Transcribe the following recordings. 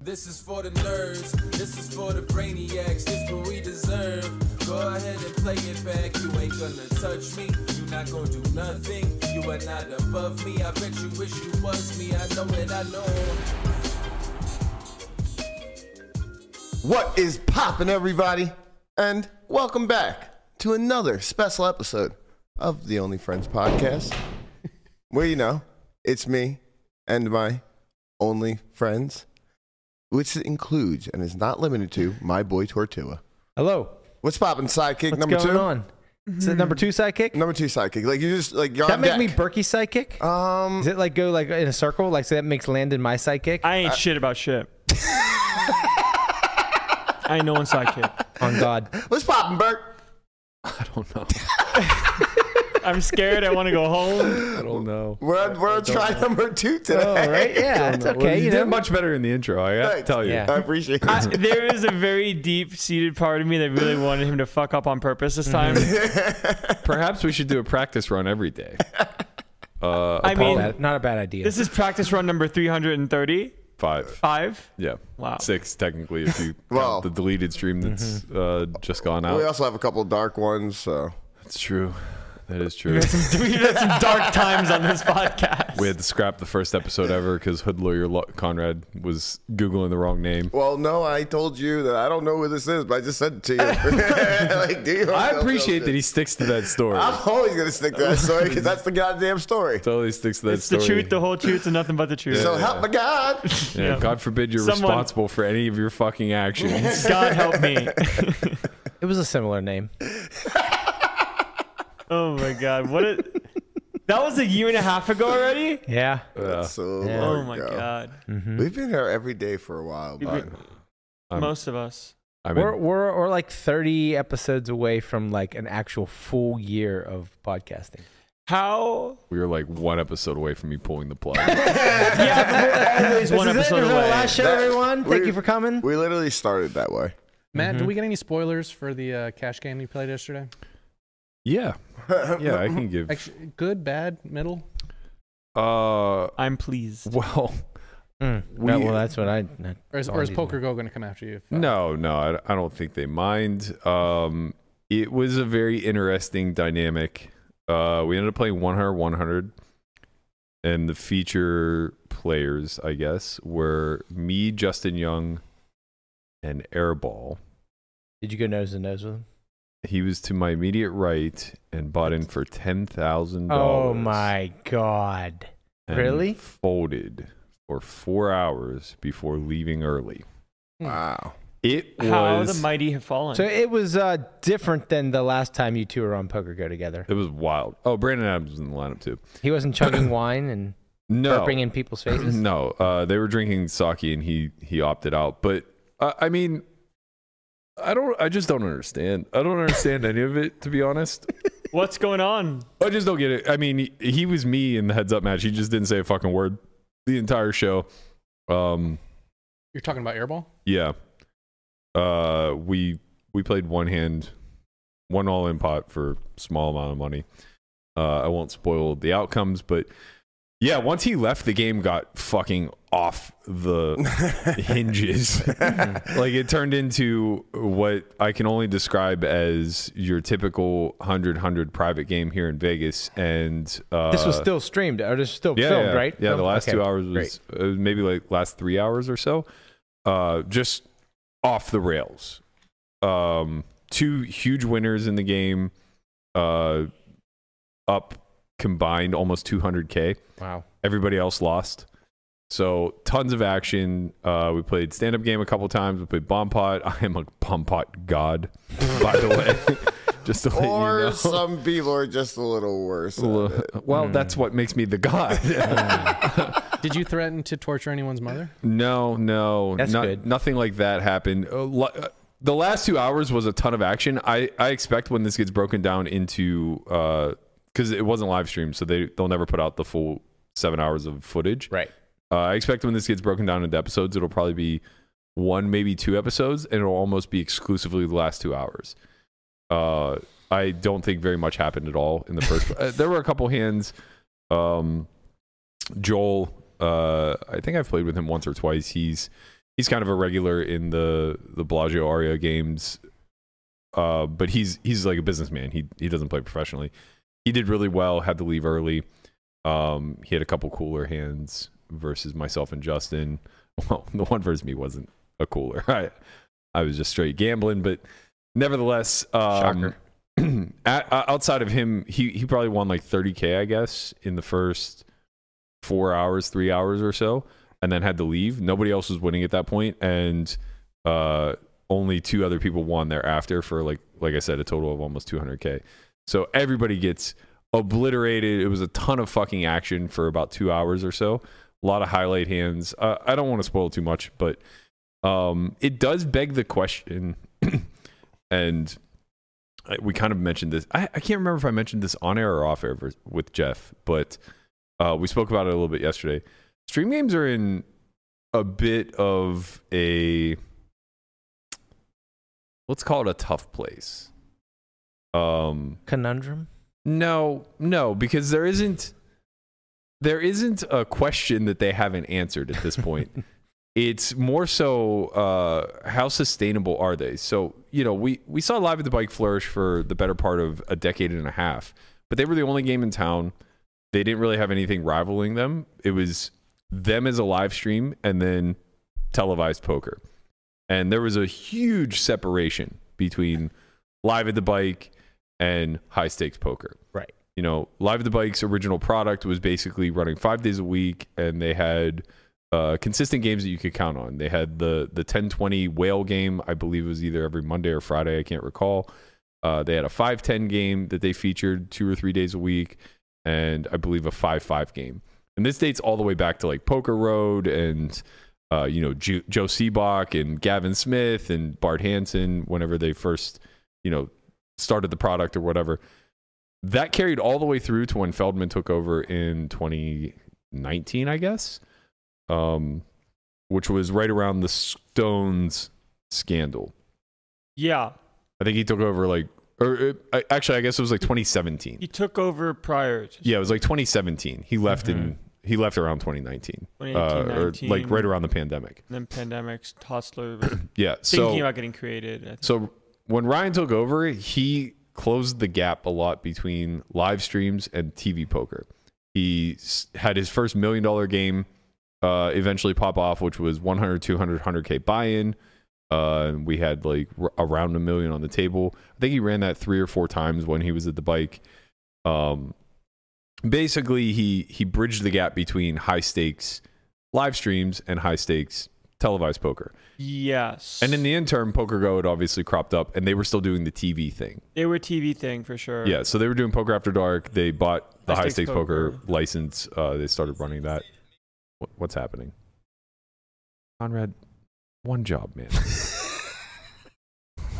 This is for the nerds, this is for the brainiacs, this what we deserve. Go ahead and play it back, you ain't gonna touch me, you not gonna do nothing, you are not above me. I bet you wish you was me, I know it, I know. What is poppin', everybody? And welcome back to another special episode of the Only Friends podcast. Where you know, it's me and my only friends, which includes and is not limited to my boy Tortua. Hello. What's poppin', sidekick What's number going two? on? Is it number two sidekick? Number two sidekick. Like you just like you're Does that on make deck. me Berkey sidekick? um Does it like go like in a circle? Like so that makes Landon my sidekick I ain't shit about shit. I ain't no one sidekick. on God. what's poppin', Bert? I don't know. I'm scared. I want to go home. I don't know. We're on, we're on try number two today. Oh, right? Yeah, it's Well, okay. you you know? did much better in the intro. I got to Thanks. tell you. Yeah. I appreciate it. I, there is a very deep-seated part of me that really wanted him to fuck up on purpose this time. Perhaps we should do a practice run every day. Uh, I Not mean, bad- not a bad idea. this is practice run number 335. five. Yeah. Wow. Six technically, if you Well- count the deleted stream that's uh, just gone we out. also have a couple dark ones, so That's true. That is true. We've had some dark times on this podcast. We had to scrap the first episode ever because hood lawyer Lo- Conrad was googling the wrong name. Well, no, I told you that I don't know who this is, but I just said it to you. like, do you I appreciate that he sticks to that story. I'm always gonna stick to that story because that's the goddamn story. totally sticks to that it's the story. truth, the whole truth, and nothing but the truth. So help me God. Yeah, Yeah. God forbid you're Someone- responsible for any of your fucking actions. God help me. it was a similar name. Oh my God. What a. That was a year and a half ago already? Yeah. Uh, So Yeah. long Oh my ago. God. Mm-hmm. We've been here every day for a while, but I'm- Most of us. I mean, We're, we're, we're like 30 episodes away from like an actual full year of podcasting. How we were like one episode away from me pulling the plug. Yeah, but we're always This one is it. episode This is away. our last show, That- everyone. Thank we're- you for coming. we literally started that way. Matt, did we get any spoilers for the uh, cash game you played yesterday? yeah, yeah, I can give. Actually, good, bad, middle. Uh, I'm pleased. well, Mm. we- well, that's what I. that- Or is, Oh, or is I didn't. Poker Go going to come after you? if, uh, no, no, I, I don't think they mind. Um, it was a very interesting dynamic. Uh, we ended up playing 100 100, and the feature players, I guess, were me, Justin Young, and Airball. Did you go nose to nose with him? He was to my immediate right and bought in for ten thousand dollars. Oh my God. and Really? Folded for four hours before leaving early. Wow. It How was the mighty have fallen. So it was uh, different than the last time you two were on Poker Go together. it was wild. Oh, Brandon Adams was in the lineup too. He wasn't chugging wine and No, burping in people's faces. no, uh, they were drinking sake and he he opted out. But uh, I mean, I don't. I just don't understand. I don't understand any of it to be honest. What's going on? I just don't get it. I mean, he, he was me in the heads up match. He just didn't say a fucking word the entire show. Um, You're talking about Airball? Yeah. Uh we we played one hand one all in pot for small amount of money. Uh I won't spoil the outcomes, but yeah, once he left the game got fucking off the hinges. like it turned into what I can only describe as your typical 100 100 private game here in Vegas and uh This was still streamed, or this was still yeah, filmed, yeah. right? Yeah, the Filmed? last Okay, two hours great. was uh, maybe like last three hours or so, uh, just off the rails. Um, two huge winners in the game, uh, up combined almost 200k. Wow. Everybody else lost. So tons of action. Uh, we played stand up game a couple times. We played bomb pot. I am a bomb pot god, by the way. just to let Or you know. some people are just a little worse. at Well, it. uh, well, Hmm. that's what makes me the god. Did you threaten to torture anyone's mother? No, no, That's no- good. nothing like that happened. Uh, lu- uh, the last two hours was a ton of action. I, I expect when this gets broken down into because it wasn't live streamed, so they they'll never put out the full seven hours of footage. Right. Uh, I expect when this gets broken down into episodes, it'll probably be one, maybe two episodes, and it'll almost be exclusively the last two hours. Uh, I don't think very much happened at all in the first. uh, there were a couple hands. Um, Joel, uh, I think I've played with him once or twice. He's he's kind of a regular in the the Bellagio Aria games. Uh, but he's he's like a businessman. He he doesn't play professionally. He did really well. Had to leave early. Um, he had a couple cooler hands versus myself and Justin. Well, the one versus me wasn't a cooler. I I was just straight gambling, but nevertheless, um, Shocker. at, uh, outside of him, he he probably won like 30k, I guess, in the first four hours, three hours or so, and then had to leave. Nobody else was winning at that point, and uh, only two other people won thereafter for like like I said, a total of almost 200k. So everybody gets obliterated. It was a ton of fucking action for about two hours or so. A lot of highlight hands. Uh, I don't want to spoil too much, but um, it does beg the question, and I- we kind of mentioned this. I, I can't remember if I mentioned this on air or off air vers- with Jeff, but uh, we spoke about it a little bit yesterday. Stream games are in a bit of a let's call it a tough place. Um, Conundrum. no, no, because there isn't there isn't a question that they haven't answered at this point. it's more so uh, how sustainable are they? So you know, we we saw live at the bike flourish for the better part of a decade and a half, but they were the only game in town. They didn't really have anything rivaling them. It was them as a live stream and then televised poker, and there was a huge separation between live at the bike and high stakes poker Right. you know, Live at the Bike's original product was basically running five days a week, and they had uh, consistent games that you could count on. They had the the ten twenty whale game, I believe, it was either every Monday or Friday. I can't recall. Uh, they had a five ten game that they featured two or three days a week, and I believe a five five game. And this dates all the way back to like Poker Road and uh, you know Ju- Joe Seabach and Gavin Smith and Bart Hansen whenever they first you know started the product or whatever that carried all the way through to when Feldman took over in 2019, I guess, um, which was right around the Stones scandal. Yeah, I think he took over like, or uh, I- actually, I guess it was like 2017. he took over prior. To Yeah, it was like 2017. He left in he left around 2019, uh, 2018, or like 19, right around the pandemic. And then pandemics, Hostler was Yeah, so thinking about getting created. I think. So when Ryan took over, he closed the gap a lot between live streams and TV poker. He s- had his first million dollar game uh, eventually pop off, which was 100, 200, 100K buy in. Uh, and we had like r- around a million on the table. I think he ran that three or four times when he was at the bike. Um, basically, he he bridged the gap between high stakes live streams and high stakes televised poker. yes, And in the interim, Poker Go had obviously cropped up, and they were still doing the TV thing. they were a TV thing for sure. Yeah, so they were doing Poker After Dark. They bought the High High Stakes Stakes Poker, Poker. license. Uh, they started running that. What, what's happening, Conrad? One job, man.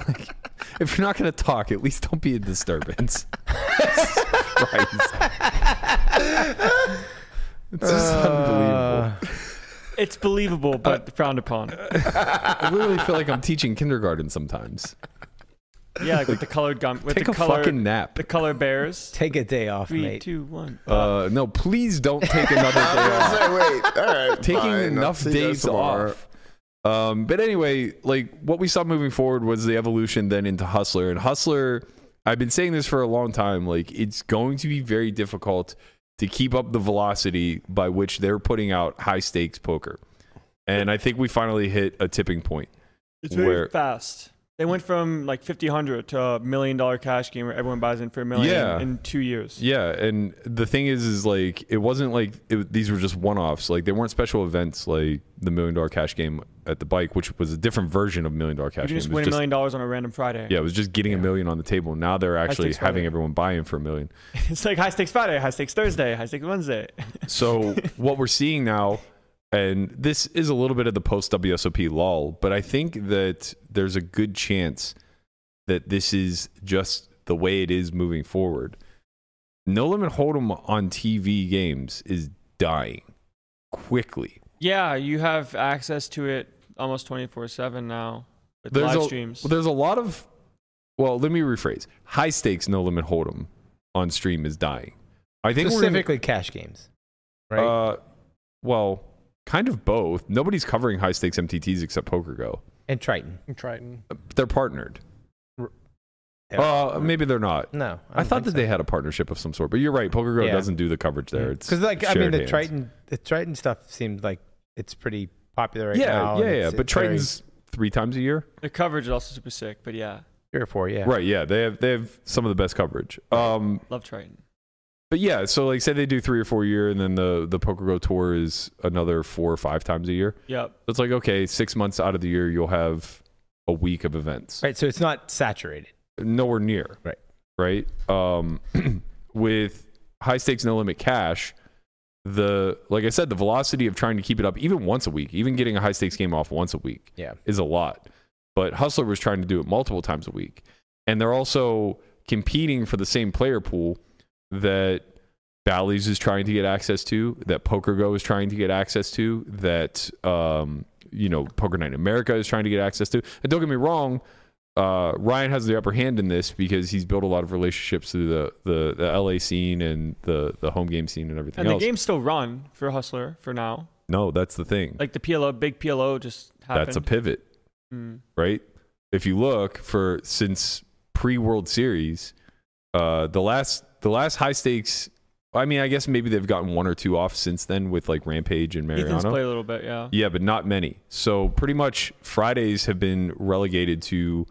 Like, if you're not gonna talk, at least don't be a disturbance. Jesus Christ. It's just Uh, unbelievable. Uh, it's believable but Uh, frowned upon. I really feel like I'm teaching kindergarten sometimes. Yeah, like with the colored gum, with Take the a color, fucking nap. the color bears. Take a day off, Three, mate. two, one. Uh, no, please don't take another day off. I was gonna say, wait, all right, taking fine, I'll enough see you guys days tomorrow. off. Um, but anyway, like what we saw moving forward was the evolution then into Hustler. And Hustler, I've been saying this for a long time, like it's going to be very difficult to keep up the velocity by which they're putting out high stakes poker. And I think we finally hit a tipping point. It's very very where- fast. They went from like 50, 100 to a million dollar cash game where everyone buys in for a million Yeah. in two years. Yeah, and the thing is, is like it wasn't like it, these were just one-offs. Like they weren't special events, like the million dollar cash game at the bike, which was a different version of million dollar You cash can game. just It was win a just- million dollars on a random Friday. Yeah, it was just getting a million on the table. Now they're actually stakes having Friday. everyone buy in for a million. It's like high stakes Friday, high stakes Thursday, high stakes Wednesday. So what we're seeing now, and this is a little bit of the post WSOP lull, but I think that there's a good chance that this is just the way it is moving forward. No limit hold'em on TV games is dying quickly. Yeah, you have access to it almost 24 7 now with There's live a, streams. There's a lot of, well, let me rephrase. High stakes no limit hold'em on stream is dying. I think we're in- Specifically, cash games. Right. Uh, well, kind of both. Nobody's covering high stakes MTTs except Poker Go. and Triton. And Triton. They're partnered. R- Uh, maybe they're not. No, I, thought that they had a partnership of some sort, but you're right. Poker Go Yeah. doesn't do the coverage there. It's because like I mean shared the hands. Triton the Triton stuff seems like it's pretty popular right yeah, now. yeah, and yeah. it's- But it's very- Triton's three times a year. The coverage is also super sick, but yeah, three or four, yeah. Right. Yeah. They have they have some of the best coverage. Um. love Triton. But yeah. So like, say they do three or four a year, and then the the Poker Go tour is another four or five times a year. Yep. So it's like okay, six months out of the year, you'll have a week of events. Right, so it's not saturated. nowhere near. Right. Right. Um, with high stakes, no limit cash, the like I said, the velocity of trying to keep it up even once a week, even getting a high stakes game off once a week, Yeah. is a lot. But Hustler was trying to do it multiple times a week, and they're also competing for the same player pool that Bally's is trying to get access to, that Poker Go is trying to get access to, that um, you know Poker Night in America is trying to get access to. And don't get me wrong, uh, Ryan has the upper hand in this because he's built a lot of relationships through the, the, the LA scene and the, the home game scene and everything And the else. games still run for Hustler for now. no, that's the thing. Like the PLO, big PLO just happened. that's a pivot, Mm. right? If you look for since pre World Series, uh, the last the last high stakes. I mean, I guess maybe they've gotten one or two off since then with like Rampage and Mariano. Ethan's play a little bit, yeah. Yeah, but not many. So pretty much Fridays have been relegated to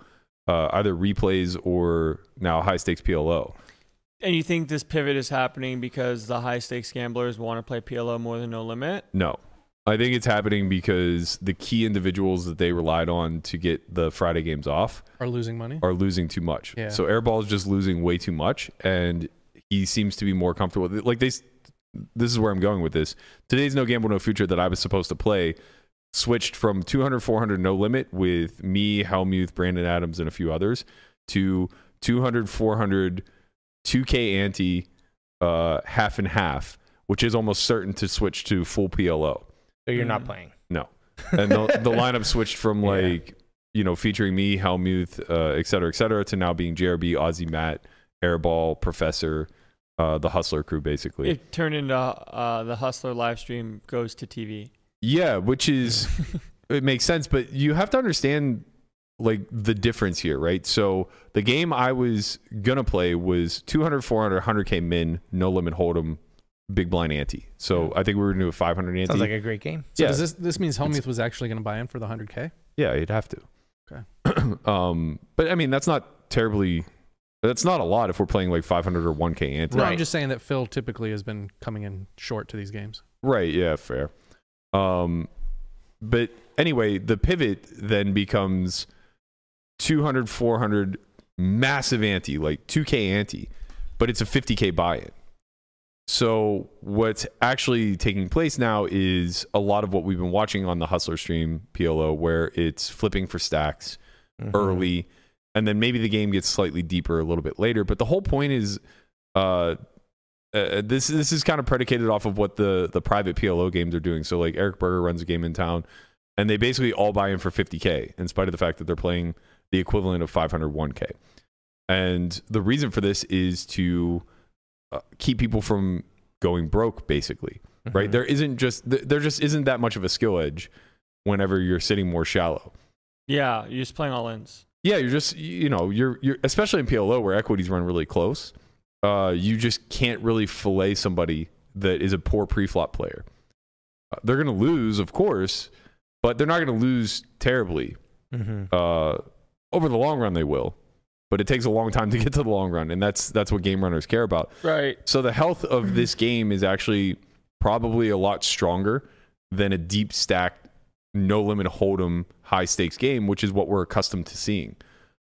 uh, either replays or now high stakes PLO. And you think this pivot is happening because the high stakes gamblers want to play PLO more than No Limit? No, I think it's happening because the key individuals that they relied on to get the Friday games off Are losing money? are losing too much. Yeah. So Airball is just losing way too much, and he seems to be more comfortable. Like they, s- this is where I'm going with this. Today's no gamble, no future that I was supposed to play switched from 200 400 no limit with me, Helmuth, Brandon Adams, and a few others to 200 400 2k ante uh, half and half, which is almost certain to switch to full PLO So you're not Mm. playing. and the, the lineup switched from Yeah. like you know featuring me, Helmuth, uh, et cetera, et cetera, to now being JRB, Ozzy, Matt, Airball, Professor, uh, the Hustler crew, basically. It turned into uh, the Hustler live stream goes to TV. yeah, which is it makes sense, but you have to understand like the difference here, right? So the game I was gonna play was 200, 400, 100k min, no limit hold'em, big blind ante. So I think we were gonna do a 500 ante. Sounds like a great game. So yeah. does this this means Helmuth was actually going to buy in for the 100k? Yeah, you'd have to. Okay. um, but I mean, that's not terribly. That's not a lot if we're playing like 500 or 1K ante. No, I'm just saying that Phil typically has been coming in short to these games. Right. Yeah. Fair. Um, but anyway, the pivot then becomes 200, 400, massive ante, like 2K ante, but it's a 50K buy in. So what's actually taking place now is a lot of what we've been watching on the Hustler stream PLO, where it's flipping for stacks. Mm-hmm. early and then maybe the game gets slightly deeper a little bit later but the whole point is uh, uh this this is kind of predicated off of what the the private PLO games are doing so like Eric Berger runs a game in town and they basically all buy in for 50k in spite of the fact that they're playing the equivalent of 501k and the reason for this is to uh, keep people from going broke basically right? Mm-hmm. There isn't just th- there just isn't that much of a skill edge whenever you're sitting more shallow. Yeah, you're just playing all ins. Yeah, you're just you know you're you're especially in PLO where equities run really close. Uh, you just can't really fillet somebody that is a poor pre-flop player. Uh, they're gonna lose, of course, but they're not gonna lose terribly. hmm Uh, over the long run, they will, but it takes a long time to get to the long run, and that's that's what game runners care about. Right. So the health of this game is actually probably a lot stronger than a deep stacked, no limit hold'em, high stakes game, which is what we're accustomed to seeing.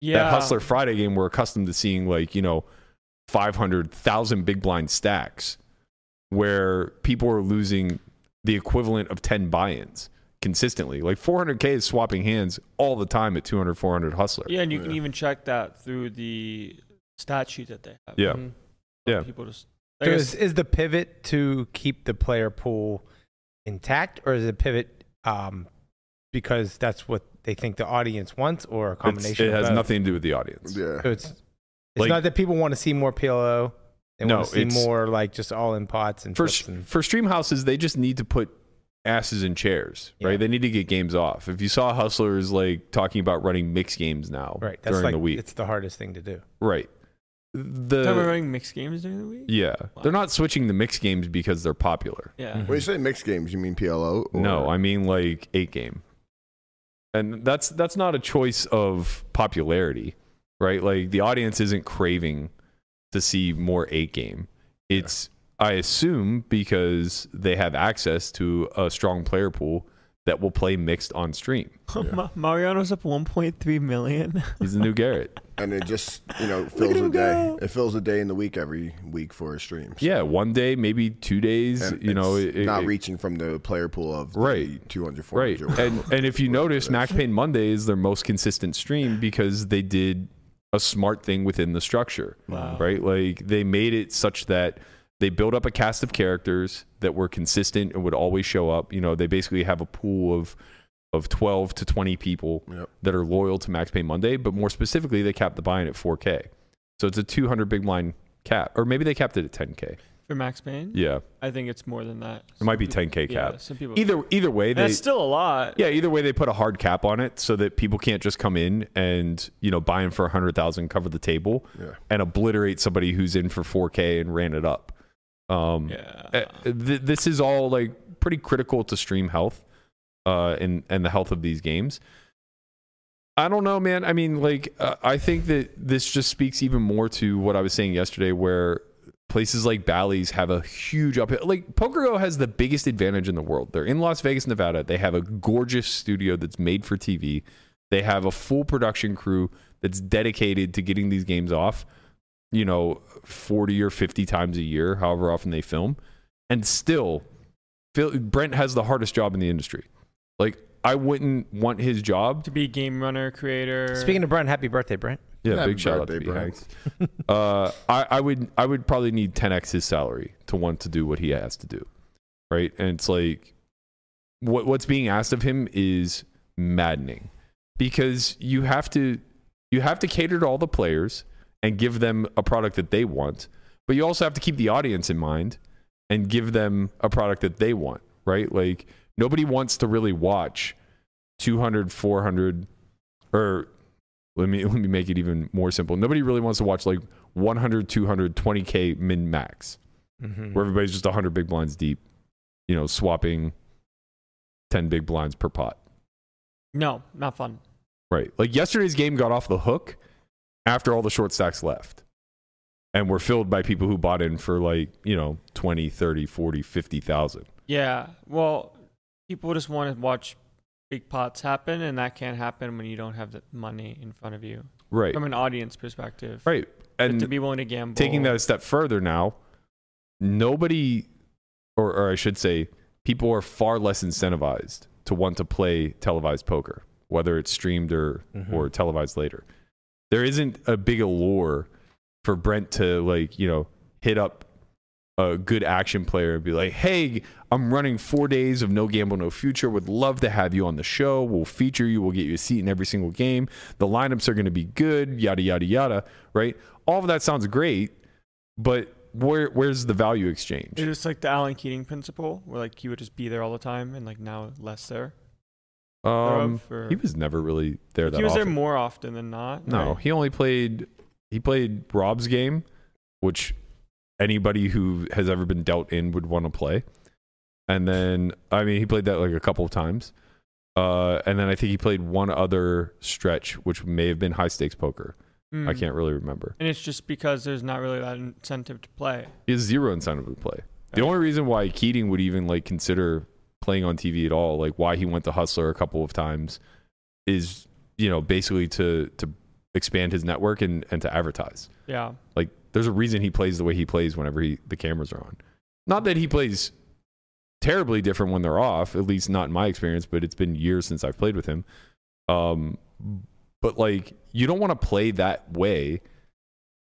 Yeah. That Hustler Friday game, we're accustomed to seeing like you know, five hundred thousand big blind stacks, where people are losing the equivalent of ten buy-ins consistently. Like four hundred k is swapping hands all the time at 200, 400 Hustler. Yeah, and you can even check that through the stat sheet that they have. Yeah. Mhm. Yeah. People just. I So guess- is, is the pivot to keep the player pool intact, or is it pivot um, because that's what they think the audience wants, or a It's- combination? it of has both? nothing to do with the audience. Yeah. So it's it's Like- not that people want to see more PLO. They No, want to see it's- more like just all in pots and for flips s- and for stream houses they just need to put asses in chairs, Yeah. right? They need to get games off. If you saw hustlers like talking about running mixed games now Right. That's during like the week, it's the hardest thing to do. right? Time we're The running mixed games during the week. yeah, they're not switching the mixed games because they're popular. Yeah. When you say mixed games, you mean PLO? Or No, I mean like eight game, and that's that's not a choice of popularity, right? Like the audience isn't craving to see more eight game. It's I assume because they have access to a strong player pool that will play mixed on stream. Ma- Mariano's up 1.3 million. He's the new Garrett. and it just you know Look fills at a him day. go. It fills a day in the week every week for a stream. Yeah, one day, maybe two days. And you know, it's it- not it- reaching from the player pool of Right. two hundred forty. right and and if you notice max payne monday is their most consistent stream because they did a smart thing within the structure Wow. right like they made it such that they built up a cast of characters that were consistent and would always show up you know they basically have a pool of of 12 to 20 people Yep. that are loyal to max payne monday but more specifically they capped the buy-in at 4k so it's a 200 big line cap or maybe they capped it at 10k For Max Payne? yeah I think it's more than that. it might be Some 10k peop- yeah, cap Some people. either either way they, that's still a lot. yeah, either way, they put a hard cap on it so that people can't just come in and you know buy in for a hundred thousand, cover the table, Yeah. and obliterate somebody who's in for four k and ran it up. Um, Yeah. uh, th- this is all like pretty critical to stream health, uh, and and the health of these games. I don't know, man. I mean, like, uh, I think that this just speaks even more to what I was saying yesterday, where places like Bally's have a huge up. Like, PokerGo has the biggest advantage in the world. They're in Las Vegas, Nevada. They have a gorgeous studio that's made for TV. They have a full production crew that's dedicated to getting these games off. You know, forty or fifty times a year, however often they film, and still, Phil, Brent has the hardest job in the industry. Like, I wouldn't want his job to be game runner, creator. Speaking of Brent, happy birthday, Brent. yeah, Happy big shout out to birthday, B. Brian. Hanks. uh, I, I would I would probably need 10x his salary to want to do what he has to do, right? And it's like what what's being asked of him is maddening because you have to you have to cater to all the players and give them a product that they want, but you also have to keep the audience in mind and give them a product that they want, right? Like nobody wants to really watch 200, 400 or let me let me make it even more simple. Nobody really wants to watch like 100, 200, 20k min max, Mm-hmm. where everybody's just 100 big blinds deep, you know, swapping 10 big blinds per pot. no, not fun. Right. Like yesterday's game got off the hook after all the short stacks left. And were filled by people who bought in for like, you know, 20, 30, 40, 50,000. Yeah. Well, people just want to watch big pots happen, and that can't happen when you don't have the money in front of you Right. from an audience perspective. Right. But And to be willing to gamble. taking that a step further now, nobody, or, or I should say, people are far less incentivized to want to play televised poker, whether it's streamed or, Mhm. or televised later. There isn't a big allure for Brent to, like, you know, hit up a good action player and be like, hey, I'm running four days of No Gamble, No Future. Would love to have you on the show. We'll feature you. We'll get you a seat in every single game. The lineups are going to be good, yada, yada, yada, right? All of that sounds great, but where, where's the value exchange? It's just like the Alan Keating principle, where like he would just be there all the time, and like now less there. Um, thereof, or- he was never really there that he was often. there more often than not. No, right? he only played he played Rob's game, which anybody who has ever been dealt in would want to play. And then I mean he played that like a couple of times. Uh, and then I think he played one other stretch, which may have been high stakes poker. I Mm. can't really remember. And it's just because there's not really that incentive to play. He has zero incentive to play. The only reason why Keating would even like consider playing on TV at all, like why he went to Hustler a couple of times, is you know basically to to expand his network and and to advertise. Yeah. Like there's a reason he plays the way he plays whenever he the cameras are on. Not that he plays terribly different when they're off, at least not in my experience, but it's been years since I've played with him. Um but like you don't want to play that way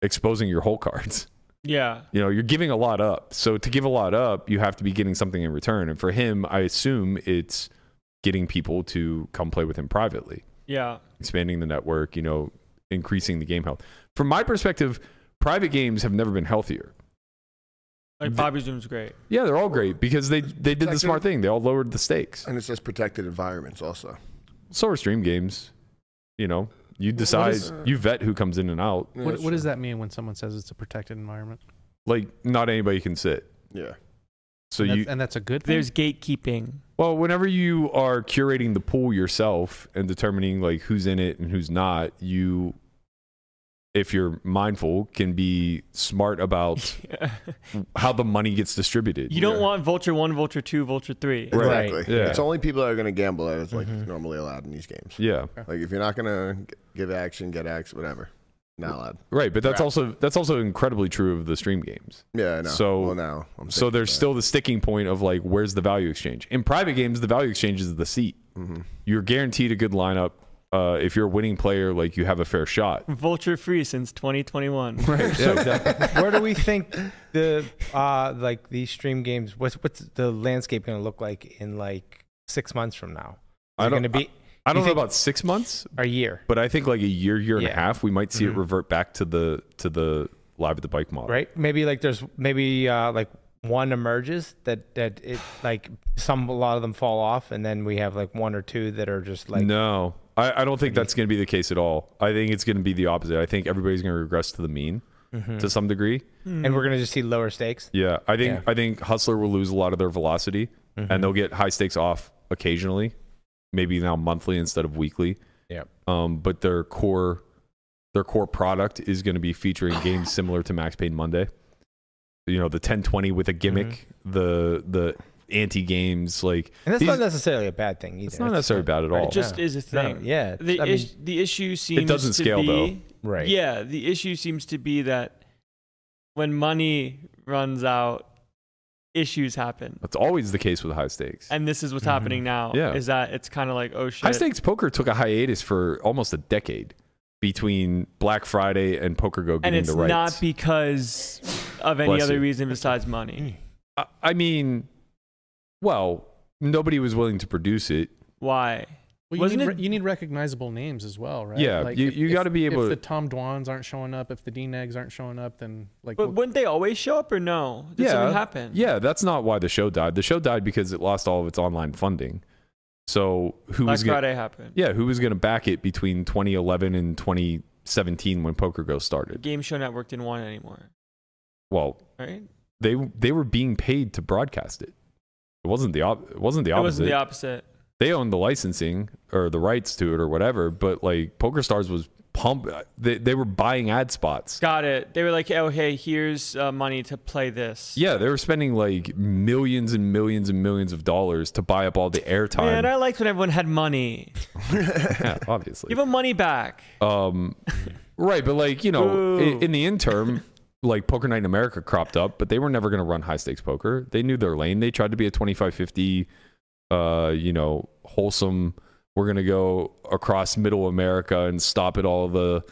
exposing your whole cards. Yeah. You know, you're giving a lot up. So to give a lot up, you have to be getting something in return. And for him, I assume it's getting people to come play with him privately Yeah. expanding the network, you know, increasing the game health. From my perspective, private games have never been healthier. Like Bobby's Doom's great. Yeah, they're all great because they they did the smart thing. They all lowered the stakes. And it says protected environments also. So are stream games. You know, you decide, is- uh, you vet who comes in and out. Yeah, what that's what does true. that mean when someone says it's a protected environment? Like, not anybody can sit. Yeah. So and, you, that's, and that's a good thing. There's gatekeeping. well, whenever you are curating the pool yourself and determining like who's in it and who's not, you, if you're mindful, can be smart about how the money gets distributed. You don't want Vulture 1, Vulture 2, Vulture 3. Right. Exactly. Yeah. Mm-hmm. It's only people that are going to gamble that is like normally allowed in these games. Yeah. Like if you're not going to give action, get action, whatever. Not allowed. Right, but that's Right. also that's also incredibly true of the stream games. Yeah, I know. So- well, now I'm So thinking there's about still the sticking point of like, where's the value exchange? In private games, the value exchange is the seat. it. Mhm. You're guaranteed a good lineup. Uh, if you're a winning player, like you have a fair shot. Vulture free since 2021. Right. Yeah, exactly. Where do we think the uh like these stream games? What's what's the landscape going to look like in like six months from now? I Is it don't- going to be I don't You know think- about six months, a year, but I think like a year, year and a Yeah. half, we might see Mhm. it revert back to the to the live at the bike model. right? Maybe like there's maybe uh like one emerges that that it like some a lot of them fall off, and then we have like one or two that are just like no, I, I don't think that's going to be the case at all. I think it's going to be the opposite. I think everybody's going to regress to the mean Mhm. to some degree. and we're going to just see lower stakes. Yeah, I think Yeah. I think Hustler will lose a lot of their velocity, Mm-hmm. and they'll get high stakes off occasionally, maybe now monthly instead of weekly. Yep. Um, but their core their core product is going to be featuring games similar to Max Payne Monday. You know, the 1020 with a gimmick, Mm-hmm. the the anti games like And that's these- not necessily a bad thing either. it's not necessarily bad at all. It just is a No, thing. yeah, The, I mean, is, the issue seems doesn't to scale, be, though. right. Yeah, the issue seems to be that when money runs out, issues happen. That's always the case with high stakes. And this is what's Mhm. happening now. Mm-hmm. Yeah. Is that it's kind of like, oh shit. High stakes poker took a hiatus for almost a decade between Black Friday and Poker Go and getting it's the rights. not because of any Bless other you. reason besides money. Mm. I- I mean, well, nobody was willing to produce it. Why? Well, you, Wasn't need, it- re- you need recognizable names as well, right? Yeah, you- you gotta be able If to- the Tom Dwans aren't showing up, if the D Negs aren't showing up, then like But what, wouldn't they always show up or no? Did something happen? Yeah, that's not why the show died. The show died because it lost all of its online funding. So who Black was going? Friday happened. Yeah, who was going to back it between 2011 and 2017 when Poker Go The started? Game Show Network didn't want it anymore, Well, right? they they were being paid to broadcast it. It wasn't the op- it wasn't the It opposite. wasn't the opposite. they owned the licensing or the rights to it or whatever. But like PokerStars was pump. They they were buying ad spots. Got it. They were like, oh, hey, here's uh, money to play this. Yeah, they were spending like millions and millions and millions of dollars to buy up all the airtime. Man, I liked when everyone had money. Mm-hmm. yeah, obviously. Give them money back. Um, right, but like you know, i- Boo. in the interim, like Poker Night in America cropped up, but they were never going to run high stakes poker. They knew their lane. They tried to be a twenty five fifty, uh, you know, wholesome. We're going to go across Middle America and stop at all the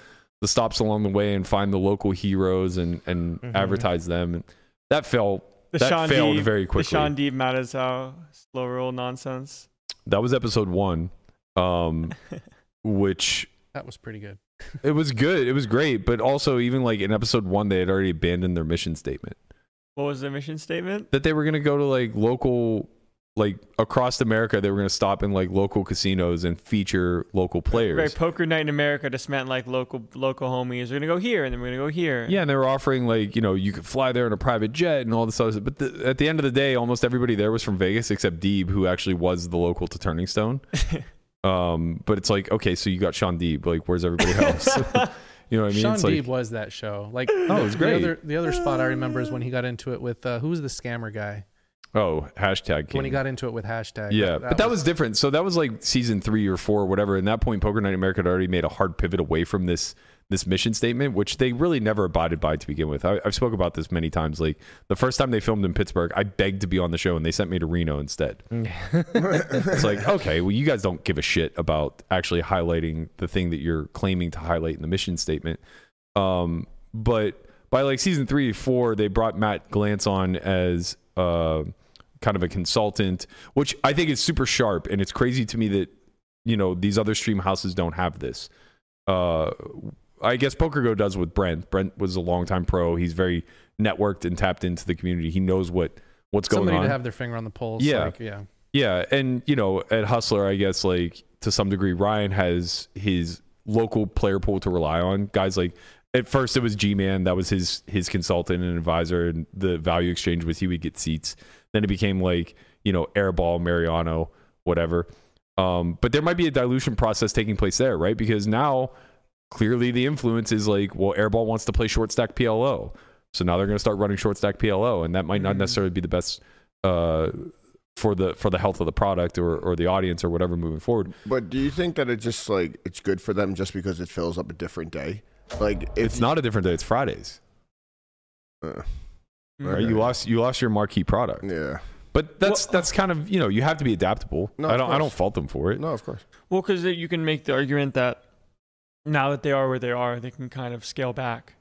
the stops along the way and find the local heroes and and advertise them. And that fell. Mm-hmm. The That Sean failed Deeb- very quickly. The Sean Deeb Matizao slow roll nonsense. That was episode one. Um, which that was pretty good. It was good. It was great, but also even like in episode one, they had already abandoned their mission statement What was their mission statement? that they were gonna go to like local, like across America. They were gonna stop in like local casinos and feature local players. Right, poker night in America just meant like local local homies. We're gonna go here, and then we're gonna go here. Yeah, and they were offering like you know you could fly there in a private jet and all this other. But the, at the end of the day, almost everybody there was from Vegas except Deeb, who actually was the local to Turning Stone. um, but it's like okay, so you got Sean Deeb. Like, where's everybody else? you know what I mean? Sean it's Deeb like, was that show. Like, oh, it was The great. other, the other spot I remember is when he got into it with uh, who was the scammer guy? oh, hashtag When he king. got into it with hashtag. Yeah, but that was, different. So that was like season three or four, or whatever. And that point, Poker Night America had already made a hard pivot away from this this mission statement, which they really never abided by to begin with. I, I've spoke about this many times. Like the first time they filmed in Pittsburgh, I begged to be on the show, and they sent me to Reno instead. it's like, okay, well, you guys don't give a shit about actually highlighting the thing that you're claiming to highlight in the mission statement. Um, but by like season three, four, they brought Matt Glantz on as uh, kind of a consultant, which I think is super sharp. And it's crazy to me that, you know, these other stream houses don't have this. Uh, I guess Poker Go does with Brent. Brent was a longtime pro. He's very networked and tapped into the community. He knows what what's going Somebody on. to have their finger on the pulse. Yeah. like, yeah. Yeah, and you know, at Hustler, I guess like to some degree, Ryan has his local player pool to rely on. Guys like at first it was G Man, that was his his consultant and advisor, and the value exchange was he would get seats. Then it became like you know Airball, Mariano, whatever. Um, but there might be a dilution process taking place there, right? Because now clearly the influence is like, well, Airball wants to play short stack PLO, so now they're going to start running short stack PLO, and that might not necessarily be the best. Uh, for the for the health of the product or, or the audience or whatever moving forward. But do you think that it just like it's good for them just because it fills up a different day? Like if It's not a different day. It's Fridays. Uh, Mm-hmm. Right? You lost you lost your marquee product. Yeah. But that's that's kind of you know you have to be adaptable. No, I of don't I course. don't fault them for it. No, of course. Well, because you can make the argument that now that they are where they are, they can kind of scale back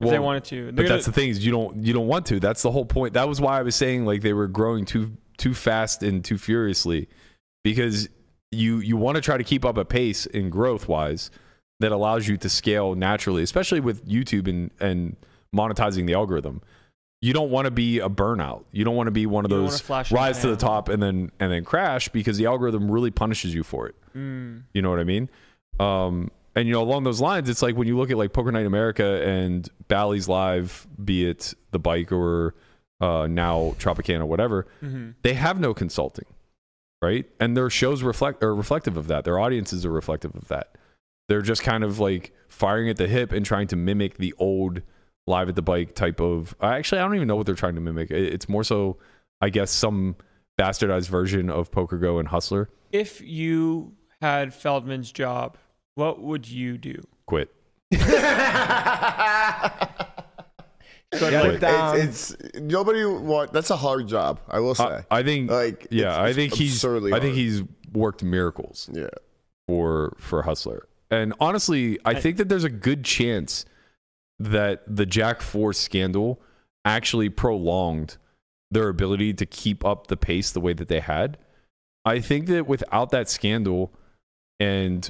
if they Well, wanted to. But that's the thing is you don't you don't want to. That's the whole point. That was why I was saying like they were growing too too fast and too furiously because you you want to try to keep up a pace in growth wise that allows you to scale naturally, especially with YouTube and and monetizing the algorithm. You don't want to be a burnout. You don't want to be one of You don't those wanna flash in the rise to the pan. top and then and then crash because the algorithm really punishes you for it. Mm. You know what I mean? Um, and you know, along those lines, it's like when you look at like Poker Night America and Bally's Live, be it the bike or uh, now Tropicana, whatever, hmm they have no consulting, right? And their shows reflect are reflective of that. Their audiences are reflective of that. They're just kind of like firing at the hip and trying to mimic the old live at the bike type of. I Actually, I don't even know what they're trying to mimic. It- It's more so, I guess, some bastardized version of Poker Go and Hustler. If you had Feldman's job, what would you do? Quit. Shut Like, it down. It's, it's nobody want that's a hard job, I will say. I, I think Like, Uh, yeah, uh, it's- I it's think he's absurdly I think hard. he's worked miracles yeah. for for Hustler. And honestly, I I- think that there's a good chance that the Jack 4 scandal actually prolonged their ability to keep up the pace the way that they had. I think that without that scandal and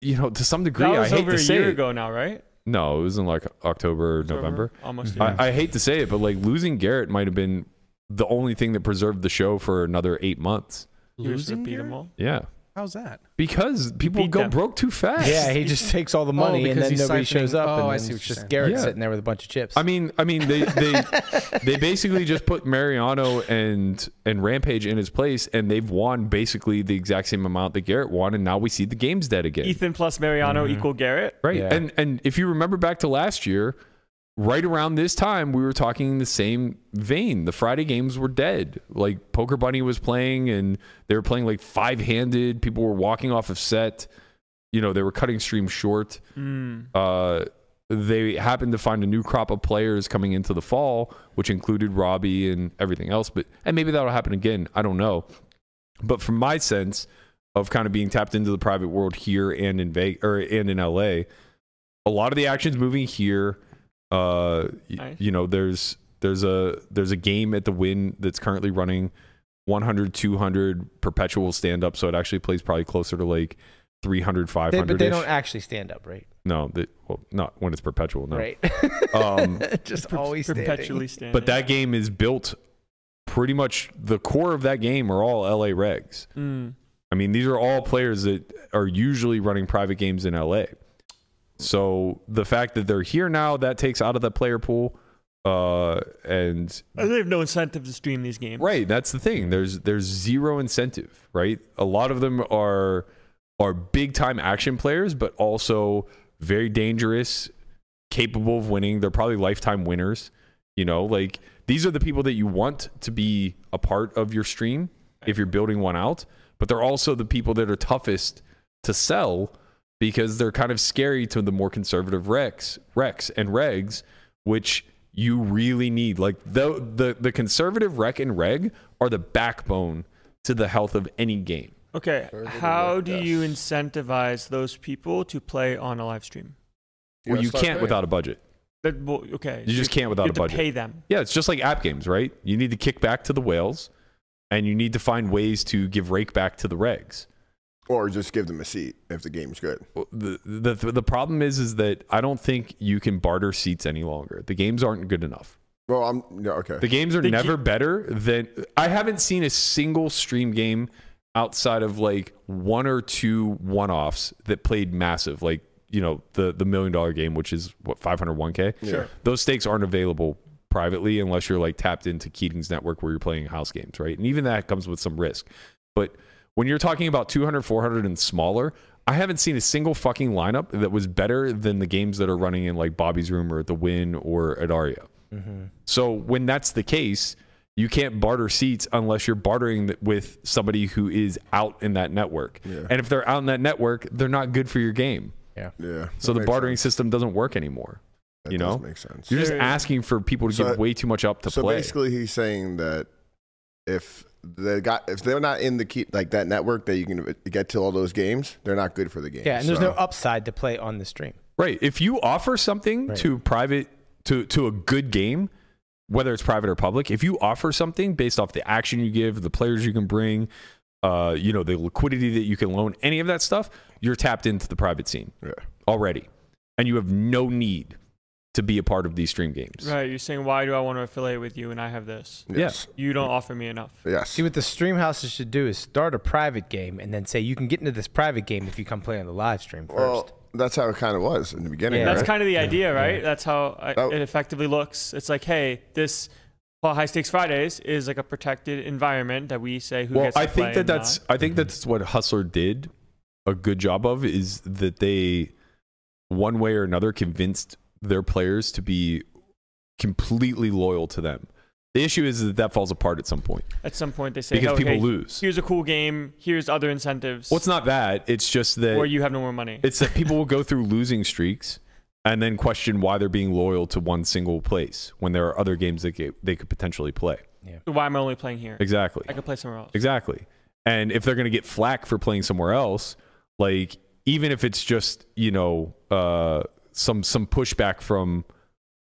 you know, to some degree, that I was hate over to a say year it. ago now, right? No, it was in like October, It's over November. Mm-hmm. almost. a Yeah. year. I, I hate to say it, but like losing Garrett might have been the only thing that preserved the show for another eight months. You just Losing repeat here? 'em all. Yeah, How's that? because people beat go them. broke too fast. Yeah, he just takes all the money and Oh, because then he's nobody siphoning- shows up. Oh, and I then see what you're it's just saying. Garrett Yeah. sitting there with a bunch of chips. I mean, I mean, they they they basically just put Mariano and and Rampage in his place, and they've won basically the exact same amount that Garrett won, and now we see the game's dead again. Ethan plus Mariano equal Garrett. Right. Yeah. And and if you remember back to last year, right around this time we were talking in the same vein. The Friday games were dead. Like Poker Bunny was playing and they were playing like five-handed, people were walking off of set. You know, they were cutting streams short. Mm. Uh they happened to find a new crop of players coming into the fall, which included Robbie and everything else. But and maybe that'll happen again. I don't know. But from my sense of kind of being tapped into the private world here and in Vegas or and in LA, a lot of the action's moving here. Uh, y- Nice. You know, there's there's a there's a game at the Win that's currently running 100 200 perpetual stand up, so it actually plays probably closer to like 300 They- 500. but they don't actually stand up, right? No, they, well, not when it's perpetual. No. Right. Um, just Per- always standing. perpetually standing. But that game is built pretty much the core of that game are all LA regs. Mm. I mean, these are all players that are usually running private games in LA. So the fact that they're here now, that takes out of the player pool. Uh, and they have no incentive to stream these games. Right, that's the thing. There's there's zero incentive, right? A lot of them are are big time action players, but also very dangerous, capable of winning. They're probably lifetime winners. You know, like these are the people that you want to be a part of your stream if you're building one out, but they're also the people that are toughest to sell because they're kind of scary to the more conservative recs, recs and regs, which you really need. Like the the the conservative rec and reg are the backbone to the health of any game. Okay. How do you incentivize those people to play on a live stream? Well, you can't without a budget. That, well, okay. You just can't without you a have to budget. Pay them. Yeah, it's just like app games, right? You need to kick back to the whales, and you need to find ways to give rake back to the regs. or just give them a seat if the game's good. Well, the, the the problem is is that I don't think you can barter seats any longer. The games aren't good enough. Well, I'm yeah, okay. The games are The never ga- better than I haven't seen a single stream game outside of like one or two one-offs that played massive like you know the the million dollar game which is what 501k Sure. those stakes aren't available privately unless you're like tapped into keating's network where you're playing house games right and even that comes with some risk but when you're talking about 200 400 and smaller i haven't seen a single fucking lineup that was better than the games that are running in like bobby's room or at the win or at aria Mm-hmm. so when that's the case, you can't barter seats unless you're bartering th- with somebody who is out in that network. And if they're out in that network, they're not good for your game. Yeah. So that the makes bartering sense. system doesn't work anymore. That you does know? make sense. You're just Yeah. asking for people to So- give way too much up to so play. basically, he's saying that if they got if they're not in the key like that network that you can get to all those games, they're not good for the game. Yeah, and there's So- no upside to play on the stream. Right. If you offer something Right. to private to to a good game, whether it's private or public, if you offer something based off the action you give, the players you can bring, uh, you know, the liquidity that you can loan, any of that stuff, you're tapped into the private scene Yeah. already. And you have no need to be a part of these stream games. Right. You're saying why do I want to affiliate with you and I have this? Yes. You don't offer me enough. Yes. See, what the stream houses should do is start a private game and then say you can get into this private game if you come play on the live stream first. well, that's how it kind of was in the beginning. Yeah. right? That's kind of the idea, right? That's how I, That- it effectively looks. It's like, hey, this well, High Stakes Fridays is like a protected environment that we say who well, gets to I think play that and that's I think that's what Hustler did a good job of is that they one way or another convinced their players to be completely loyal to them. The issue is that that falls apart at some point not. At some point, they say, because oh, people hey, lose. Here's a cool game. Here's other incentives. Well, it's not that. It's just that or you have no more money. it's that people will go through losing streaks and then question why they're being loyal to one single place when there are other games that ca- they could potentially play. Why am I only playing here? Exactly. I could play somewhere else. Exactly. And if they're going to get flack for playing somewhere else, like even if it's just you know uh, some some pushback from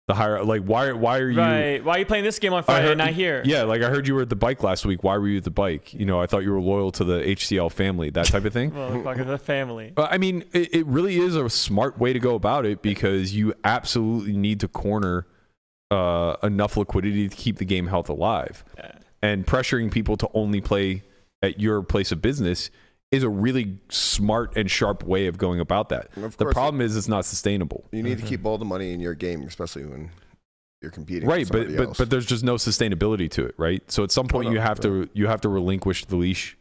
the higher, like why why are you? Right. Why are you playing this game on I Friday heard- and not here? Yeah, like I heard you were at the bike last week. Why were you at the bike? You know, I thought you were loyal to the HCL family, that type of thing. Well, fuck the family. But, I mean, it, it really is a smart way to go about it because you absolutely need to corner uh, enough liquidity to keep the game health alive. And pressuring people to only play at your place of business is a really smart and sharp way of going about that. And of The course- problem Mm-hmm. is it's not sustainable. You need to keep all the money in your game, especially when you're competing. Right, with but somebody but, else. but there's just no sustainability to it, right? So at some point no, you have to you have to relinquish the leash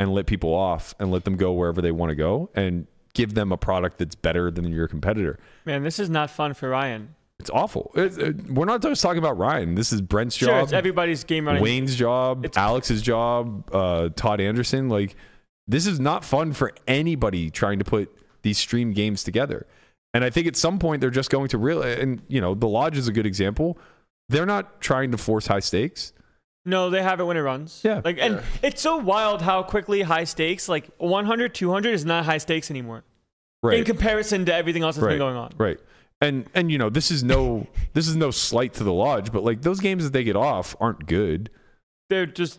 and let people off and let them go wherever they want to go and give them a product that's better than your competitor. Man, this is not fun for Ryan. It's awful. It, it- we're not just talking about Ryan. This is Brent's Sure, job, it's everybody's game running. Wayne's job, It's- Alex's job, uh, Todd Anderson. Like, this is not fun for anybody trying to put these stream games together. And I think at some point they're just going to real. And you know, the lodge is a good example. They're not trying to force high stakes. No, they have it when it runs. Yeah. Like, and it's so wild how quickly high stakes, like 100, 200 is not high stakes anymore in comparison to everything else that's right, been going on. Right. And and you know, this is no this is no slight to the lodge, but like those games that they get off aren't good. They're just,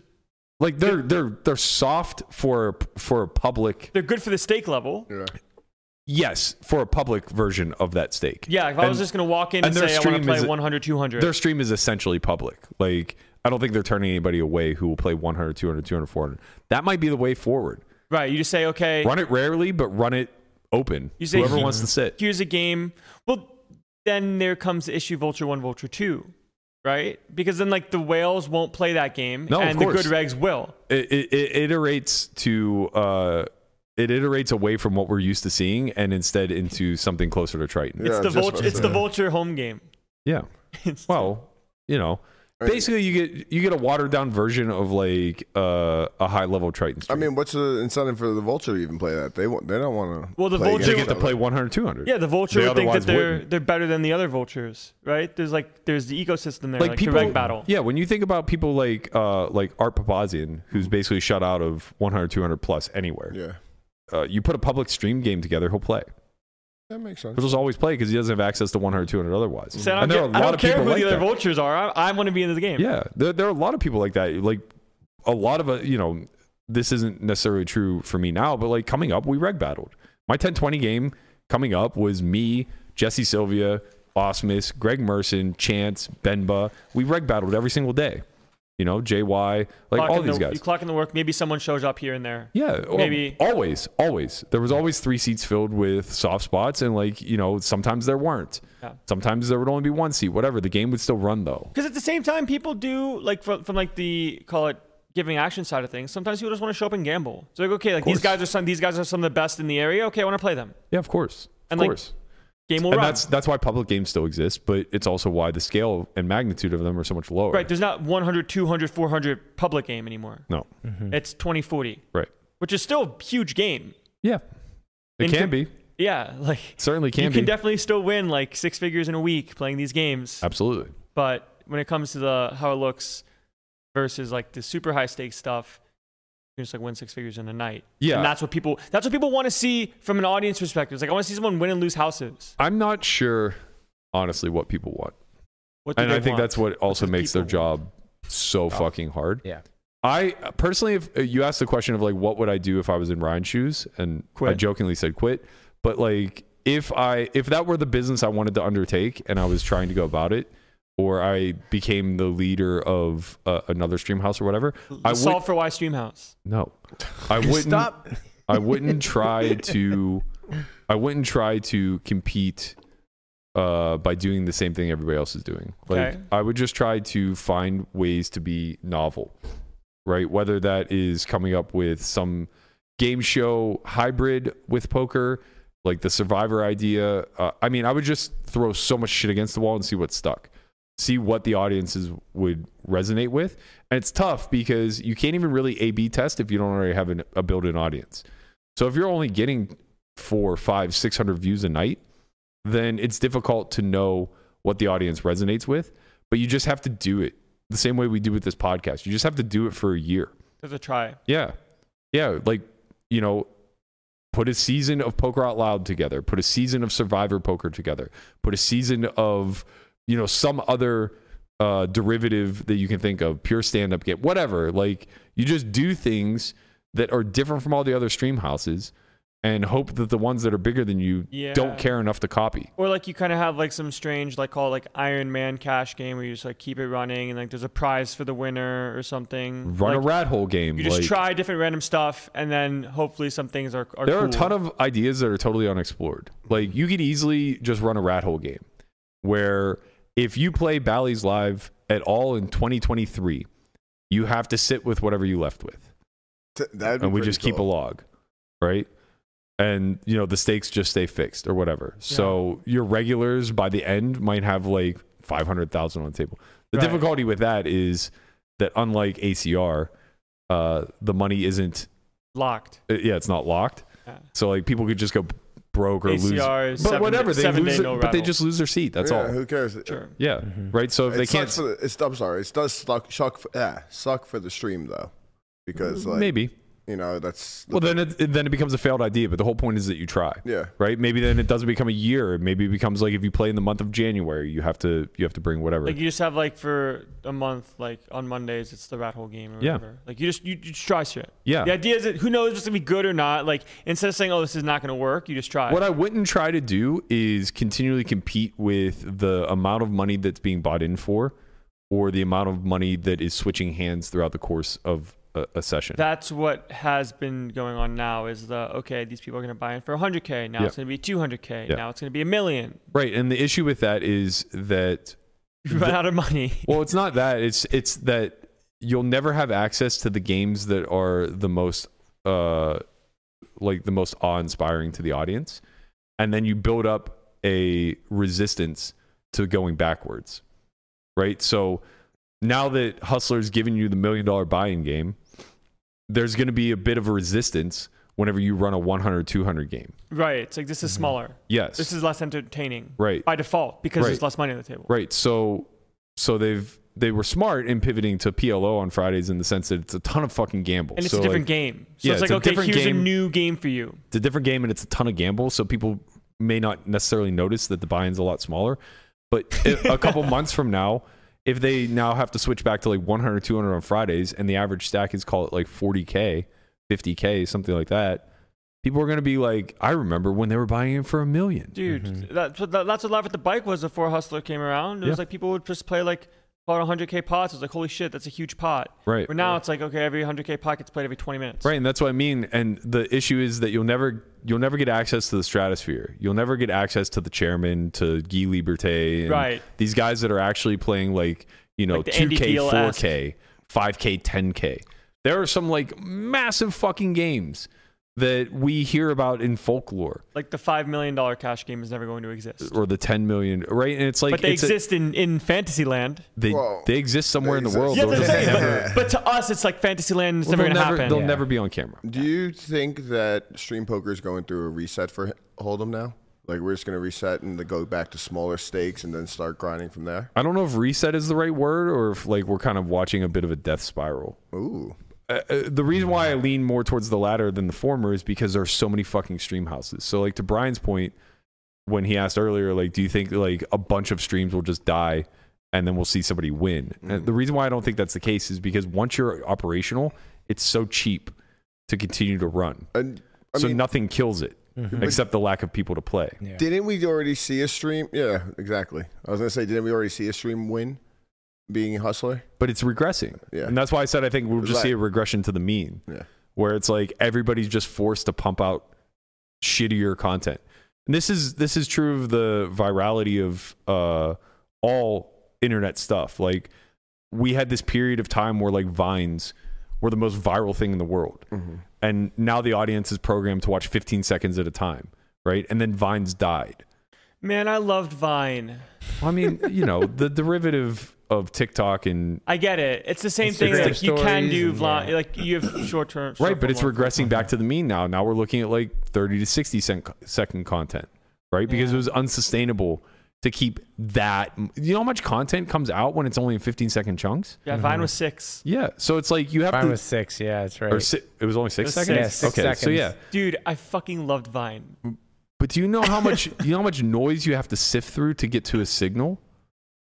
Like they're they're they're soft for for a public they're good for the stake level. yeah. Yes, for a public version of that stake. Yeah. If I was just going to walk in and and, their say, I want stream to play is- 100, 200. Their stream is essentially public. Like, I don't think they're turning anybody away who will play 100, 200, 200, 400. That might be the way forward. right. You just say, okay, Run it rarely, but run it open. You say Whoever he- wants to sit. here's a game. Well, then there comes the issue Vulture 1, Vulture 2, right? Because then, like, the whales won't play that game No, of and the course. good regs will. It, it, it iterates to, uh, it iterates away from what we're used to seeing and instead into something closer to Triton. Yeah, it's the just what vulture. I It's the said. vulture home game. Yeah. It's- Well, you know, I mean- basically you get you get a watered down version of like uh, a high level Triton. I Stream. mean, what's the incentive for the vulture to even play that? They want. They don't want to. Well, the play Vulture- they against get to each play other. 100, 200. yeah, the vulture They would think otherwise that they're wouldn't. they're better than the other vultures, right? There's like there's the ecosystem there, like, the reg battle. Yeah, when you think about people like uh, like Art Papazian, who's basically shut out of 100, 200 plus anywhere, Yeah, uh, you put a public stream game together, he'll play. that makes sense. He'll just always play because he doesn't have access to 100, 200 otherwise. So I don't, And there care, are a I lot don't of care people who like the other that. vultures are. I, I want to be in this game. Yeah, there, there are a lot of people like that. Like a lot of uh, you know this isn't necessarily true for me now, but like coming up, we reg battled. My 1020 game coming up was me, Jesse Sylvia, Osmus, Greg Merson, Chance, Benba. We reg battled every single day. You know, JY, like Clock all in these the, guys. You clock in the work. Maybe someone shows up here and there. Yeah, well, Maybe- always, always. There was always three seats filled with soft spots, and like you know, sometimes there weren't. Yeah. Sometimes there would only be one seat. Whatever. The game would still run though. Because at the same time, people do like from, from like the call it giving action side of things. Sometimes people just want to show up and gamble. So like, okay, like these course. guys are some these guys are some of the best in the area. Okay, I want to play them. Yeah, of course, of And, like, course. Game will and run. that's that's why public games still exist, but it's also why the scale and magnitude of them are so much lower. right. There's not 100, 200, 400 public game anymore. No. Mm-hmm. It's 20, 40, Mm. Right. which is still a huge game. Yeah. It In can com- be. Yeah, like Certainly can you be. can definitely still win like six figures in a week playing these games. Absolutely. But when it comes to the how it looks versus like the super high stakes stuff, you just like win six figures in a night. Yeah. and that's what people that's what people want to see from an audience perspective. It's like I want to see someone win and lose houses. I'm not sure, honestly, what people want, What do and they I think want? that's what also does makes their people Oh. job so fucking hard. Yeah. I personally, if uh, you asked the question of like, what would I do if I was in Ryan's shoes, and I Quit. jokingly said quit, but like, if I if that were the business I wanted to undertake, and I was trying to go about it, or I became the leader of uh, another stream house or whatever, I The would solve for why Streamhouse. no, I wouldn't. Stop. I wouldn't try to I wouldn't try to compete uh by doing the same thing everybody else is doing. Like Okay. I would just try to find ways to be novel. Right? Whether that is coming up with some game show hybrid with poker, like the survivor idea. Uh, I mean, I would just throw so much shit against the wall and see what stuck. See what the audiences would resonate with. And it's tough because you can't even really A B test if you don't already have an, a built in audience. So if you're only getting four, five, six hundred views a night, then it's difficult to know what the audience resonates with. But you just have to do it the same way we do with this podcast. You just have to do it for a year. There's a try. Yeah. Yeah. Like, you know, put a season of Poker Out Loud together, put a season of Survivor Poker together, put a season of, you know, some other uh, derivative that you can think of, pure stand up game, whatever. Like, you just do things that are different from all the other stream houses and hope that the ones that are bigger than you Yeah. don't care enough to copy. Or like you kind of have like some strange like call it, like Iron Man cash game where you just like keep it running and like there's a prize for the winner or something. Run a Like, rat hole game. You just like- try different random stuff and then hopefully some things are. are there cool. are a ton of ideas that are totally unexplored. Like you could easily just run a rat hole game where if you play Bally's live at all in 2023, you have to sit with whatever you left with, T- that'd be and we pretty just keep a cool. log, right? And you know the stakes just stay fixed or whatever. So your regulars by the end might have like 500,000 on the table. The Right. difficulty with that is that unlike ACR, uh, the money isn't locked. uh, yeah, it's not locked. Yeah. So like people could just go broke or lose. ACR But is seven- whatever, they seven lose day it- no but they rattle. Mm-hmm. just lose their seat. That's yeah, all. Who cares? Sure. yeah. Right. So if It they can't, sucks for the, it's, I'm sorry. It does suck, suck, for, yeah, suck for the stream though, because like maybe. you know that's Well, then it it- then it becomes a failed idea. But the whole point is that you try. yeah. Right. Maybe then it doesn't become a year. Maybe it becomes like if you play in the month of January, you have to you have to bring whatever. Like you just have like for a month, like on Mondays, it's the rat hole game or Yeah. whatever. Like you just you, you just try shit. Yeah. The idea is that who knows if it's gonna be good or not. Like instead of saying, oh, this is not gonna work, you just try. What I wouldn't try to do is continually compete with the amount of money that's being bought in for, or the amount of money that is switching hands throughout the course of a, a session. That's what has been going on now. Is the okay? These people are gonna buy in for 100k. Now Yeah. it's gonna be 200k. Yeah. Now it's gonna be a million. Right, and the issue with that is that You run out of money. well, it's not that. It's it's that you'll never have access to the games that are the most uh like the most awe-inspiring to the audience. And then you build up a resistance to going backwards. Right? So now that Hustler's giving you the million dollar buy-in game, there's going to be a bit of a resistance whenever you run a 100 200 game. Right. It's like this is smaller. Yes. This is less entertaining Mm-hmm. right. by default because there's Right. less money on the table. Right. So so they've they were smart in pivoting to PLO on Fridays in the sense that it's a ton of fucking gamble. And it's so a different like, game. So yeah, it's like it's a okay, different here's a game. new game for you. It's a different game and it's a ton of gamble. So people may not necessarily notice that the buy-in's a lot smaller. But a a couple months from now, if they now have to switch back to like 100, 200 on Fridays, and the average stack is call it like 40k, 50k, something like that. People are going to be like, I remember when they were buying it for a million. dude. Mhm. That's what that, that's what Live at the Bike was before Hustler came around. It Mm-hmm. Yeah. was like people would just play like about 100k pots. It was like holy shit, that's a huge pot. Right. But now it's like okay, every 100k pot gets played every 20 minutes. Right, and that's what I mean. And the issue is that you'll never you'll never get access to the stratosphere. You'll never get access to the chairman, to Guy Liberté, and Right. These guys that are actually playing like you know Like the two Andy K, Beal four K, five K, ten K. There are some like massive fucking games that we hear about in folklore Like the five million dollar cash game is never going to exist. or the ten million, right? And it's like but they it's a- exist in in Fantasyland. they, Whoa. they exist somewhere They in the exist. world. Yeah, Oh, They'll that's just what I'm never- saying. but to us, it's like Fantasyland. It's well, never they'll gonna never, happen. they'll Yeah. never be on camera. Do you think that stream poker is going through a reset for Hold'em now? Like we're just going to reset and go back to smaller stakes and then start grinding from there? I don't know if reset is the right word or if like we're kind of watching a bit of a death spiral. Ooh. uh, uh, the reason why I lean more towards the latter than the former is because there are so many fucking stream houses. So like to Brian's point when he asked earlier, like, do you think like a bunch of streams will just die and then we'll see somebody win? Mm-hmm. And the reason why I don't think that's the case is because once you're operational, it's so cheap to continue to run. And I so mean, nothing kills it except the lack of people to play. Mm-hmm. Yeah. didn't we already see a stream? Yeah, exactly. I was going to say, didn't we already see a stream win being a hustler? But it's regressing. Yeah. And that's why I said I think we'll just see a Right. regression to the mean. Yeah. where it's like everybody's just forced to pump out shittier content. And this is this is true of the virality of uh, all internet stuff. Like we had this period of time where like vines were the most viral thing in the world, Mm-hmm. and now the audience is programmed to watch 15 seconds at a time, right? And then vines died. Man, I loved Vine. Well, I mean, you know, the derivative of TikTok and I get it. It's the same Instagram thing. Like you can stories do and, vlog, yeah. like you have short term. right but it's regressing back to the mean now now we're looking at like 30 to 60 cent, second content right because it was unsustainable to keep that you know how much content comes out when it's only in 15 second chunks Yeah, Vine was six. yeah so it's like you have Mine to was six. Yeah, that's right. or si- it was only was six seconds six. Yeah, six okay so seconds. yeah Dude, I fucking loved Vine. but do you know how much do you know how much noise you have to sift through to get to a signal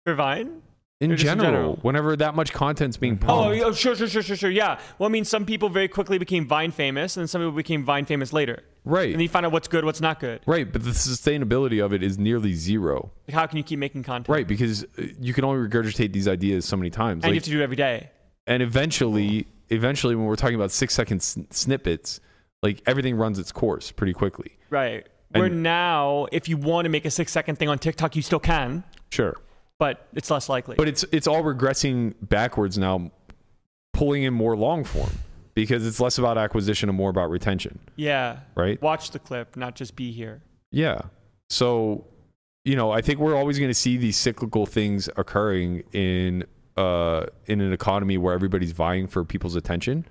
For Vine? in Or just in general, general. whenever that much content's being Oh, pumped yeah, oh, sure, sure, sure, sure, sure. Yeah. Well, I mean, some people very quickly became Vine famous, and some people became Vine famous later. right And then you find out what's good, what's not good. right but the sustainability of it is nearly zero Like, how can you keep making content? right because uh, you can only regurgitate these ideas so many times And you have to do it every day. and eventually eventually when we're talking about six second sn- snippets like everything runs its course pretty quickly Right. Where And- now, if you want to make a six second thing on TikTok, you still can, sure but it's less likely. but it's it's all regressing backwards now pulling in more long form because it's less about acquisition and more about retention yeah. right Watch the clip, not just be here. yeah so you know i think we're always going to see these cyclical things occurring in uh in an economy where everybody's vying for people's attention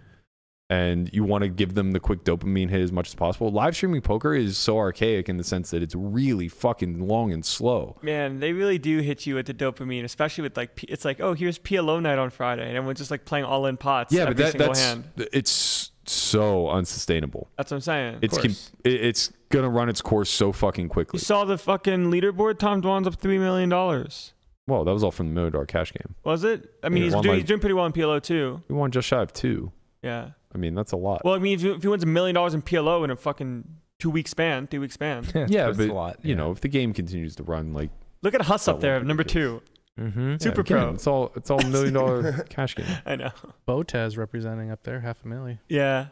and you want to give them the quick dopamine hit as much as possible. Live streaming poker is so archaic in the sense that it's really fucking long and slow. Man, they really do hit you with the dopamine, especially with like P- it's like, oh, here's PLO night on Friday, and everyone's just like playing all in pots. Yeah, every but that, single that's hand. it's so unsustainable. That's what I'm saying. It's com- course. it- it's gonna run its course so fucking you quickly. saw the fucking leaderboard. Tom Dwan's up three million dollars. Well, that was all from the million dollar cash game. Was it? I mean, Yeah. he's Won, doing like- he's doing pretty well in PLO too. We won just shy of two. Yeah. I mean, that's a lot. Well, I mean, if, you- if he wins a million dollars in PLO in a fucking two week span, three week span, yeah, That's but a lot. you know, if the game continues to run like look at Huss That up there, won't be number the two, Mm-hmm. yeah, super again, pro. it's all it's all million dollar cash game. I know. Botez representing up there, half a million. Yeah.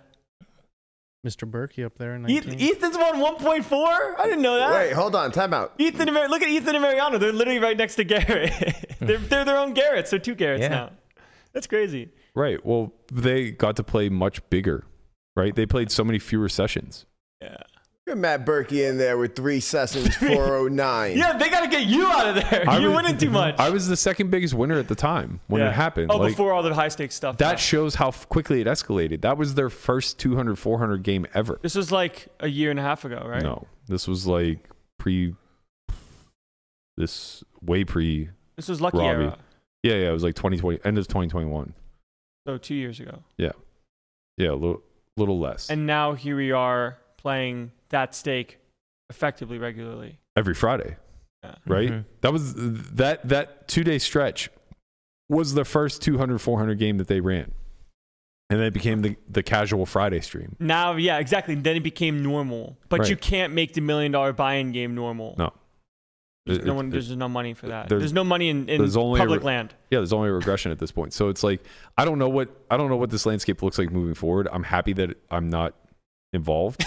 Mr. Berkey up there, in Eth- 19. Ethan's won 1.4. I didn't know that. Wait, hold on. Time out. Ethan and Mar- look at Ethan and Mariano. They're literally right next to Garrett. they're, they're their own Garrett's. They're two Garrett's Yeah. now. That's crazy. Right. Well, they got to play much bigger, right? They played so many fewer sessions. Yeah. Get Matt Berkey in there with three sessions, 409. Yeah, they gotta get you out of there. I You're was- winning too much. I was the second biggest winner at the time when Yeah. it happened. Oh, Like, before all the high stakes stuff. that yeah. shows how f- quickly it escalated. That was their first 200 400 game ever. this was like a year and a half ago, right? No. This was like pre this way pre This was Lucky Robbie. Era. Yeah, yeah, it was like 2020 end of 2021. So two years ago. Yeah, a little, little less. And now here we are playing that stake effectively regularly. every Friday. Yeah. Right? Mhm. That was that that two day stretch was the first 200 400 game that they ran. and then it became the, the casual Friday stream. Now, yeah, exactly. Then it became normal, but you Right. can't make the million dollar buy-in game normal. No. there's It- no it- one. it- there's no money for that. there's- There's, no money in, in there's only a public re- land. Yeah, there's only a regression at this point. So it's like I don't know what I don't know what this landscape looks like moving forward. I'm happy that I'm not involved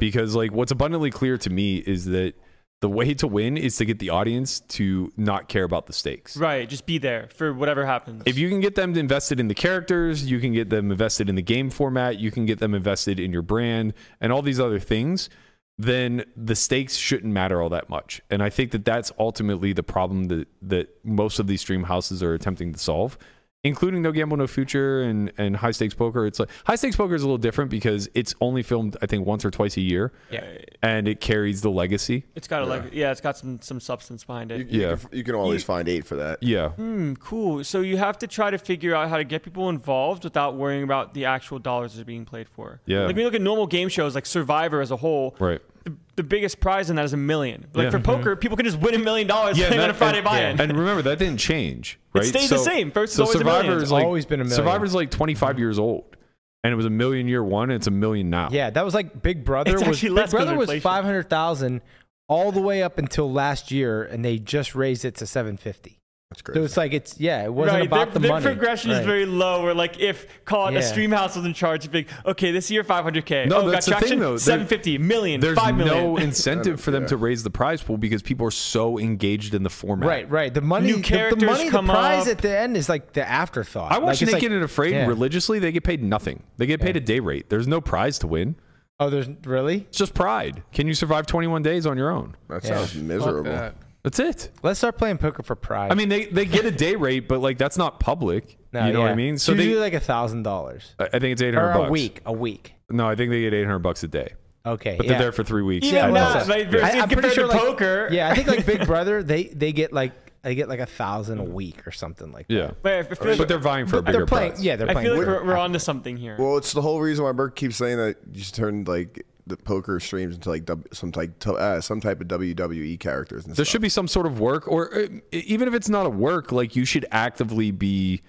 because like what's abundantly clear to me is that the way to win is to get the audience to not care about the stakes. Right. Just be there for whatever happens. If you can get them invested in the characters, you can get them invested in the game format, you can get them invested in your brand and all these other things, then the stakes shouldn't matter all that much. And I think that that's ultimately the problem that that most of these stream houses are attempting to solve, including No Gamble No Future and and High Stakes Poker. It's like High Stakes Poker is a little different because it's only filmed I think once or twice a year yeah, and it carries the legacy. it's got a like, yeah, it's got some some substance behind it. You, you Yeah. can, you can always find eight for that. Yeah. Hmm, cool. So you have to try to figure out how to get people involved without worrying about the actual dollars that are being played for. Yeah. Like when you look at normal game shows like Survivor as a whole, Right. the, the biggest prize in that is a million. Like Yeah. Mm-hmm. for poker, people can just win a million dollars playing on a Friday and, buy-in. And remember, that didn't change. Right? stayed the same. First is so always a million. Survivor It's is like, always been a million. Survivor's like 25 years old, and it was a million year one. And it's a million now. Yeah, that was like Big Brother It's was actually Big less 'cause of Brother was inflation. five hundred thousand all the way up until last year, and they just raised it to seven fifty. That's great. So it's like it's yeah, it wasn't right, about their, the their money. progression Right. is very low. Where like if call it Yeah. a stream house was in charge, it'd be like, okay, this year 500k. No, oh, that's the got thing, traction. though. There- 750 million, There's five million. no incentive for them Yeah. to raise the prize pool because people are so engaged in the format. Right, right. The money, New the- the, characters money, the come prize up. at the end is like the afterthought. I watch like, it's Naked like- and Afraid yeah. religiously. They get paid nothing. They get paid a day rate. There's no prize to win. Oh, there's really. It's just pride. Can you survive 21 days on your own? That Yeah. sounds miserable. that. That's it. Let's start playing poker for prize. I mean, they, they get a day rate, but like that's not public. No, you know what I yeah. mean? It's So they, usually like a thousand dollars I I think it's 800 or a bucks week, a week. No, I think they get 800 bucks a day. Okay, But yeah. they're there for three weeks. Even at now, most. like, versus I'm pretty compared sure, to like- poker. Yeah, I think like Big Brother, they they get like they get like a thousand a week or something like that. yeah. But I feel like- But they're vying for a But bigger they're playing. prize. Yeah, they're I playing. feel like poker. we're, we're onto something here. Well, it's the whole reason why Burke keeps saying that you should turn like the poker streams into like w- some like t- uh, some type of WWE characters. And There stuff. should be some sort of work, or uh, even if it's not a work, like you should actively be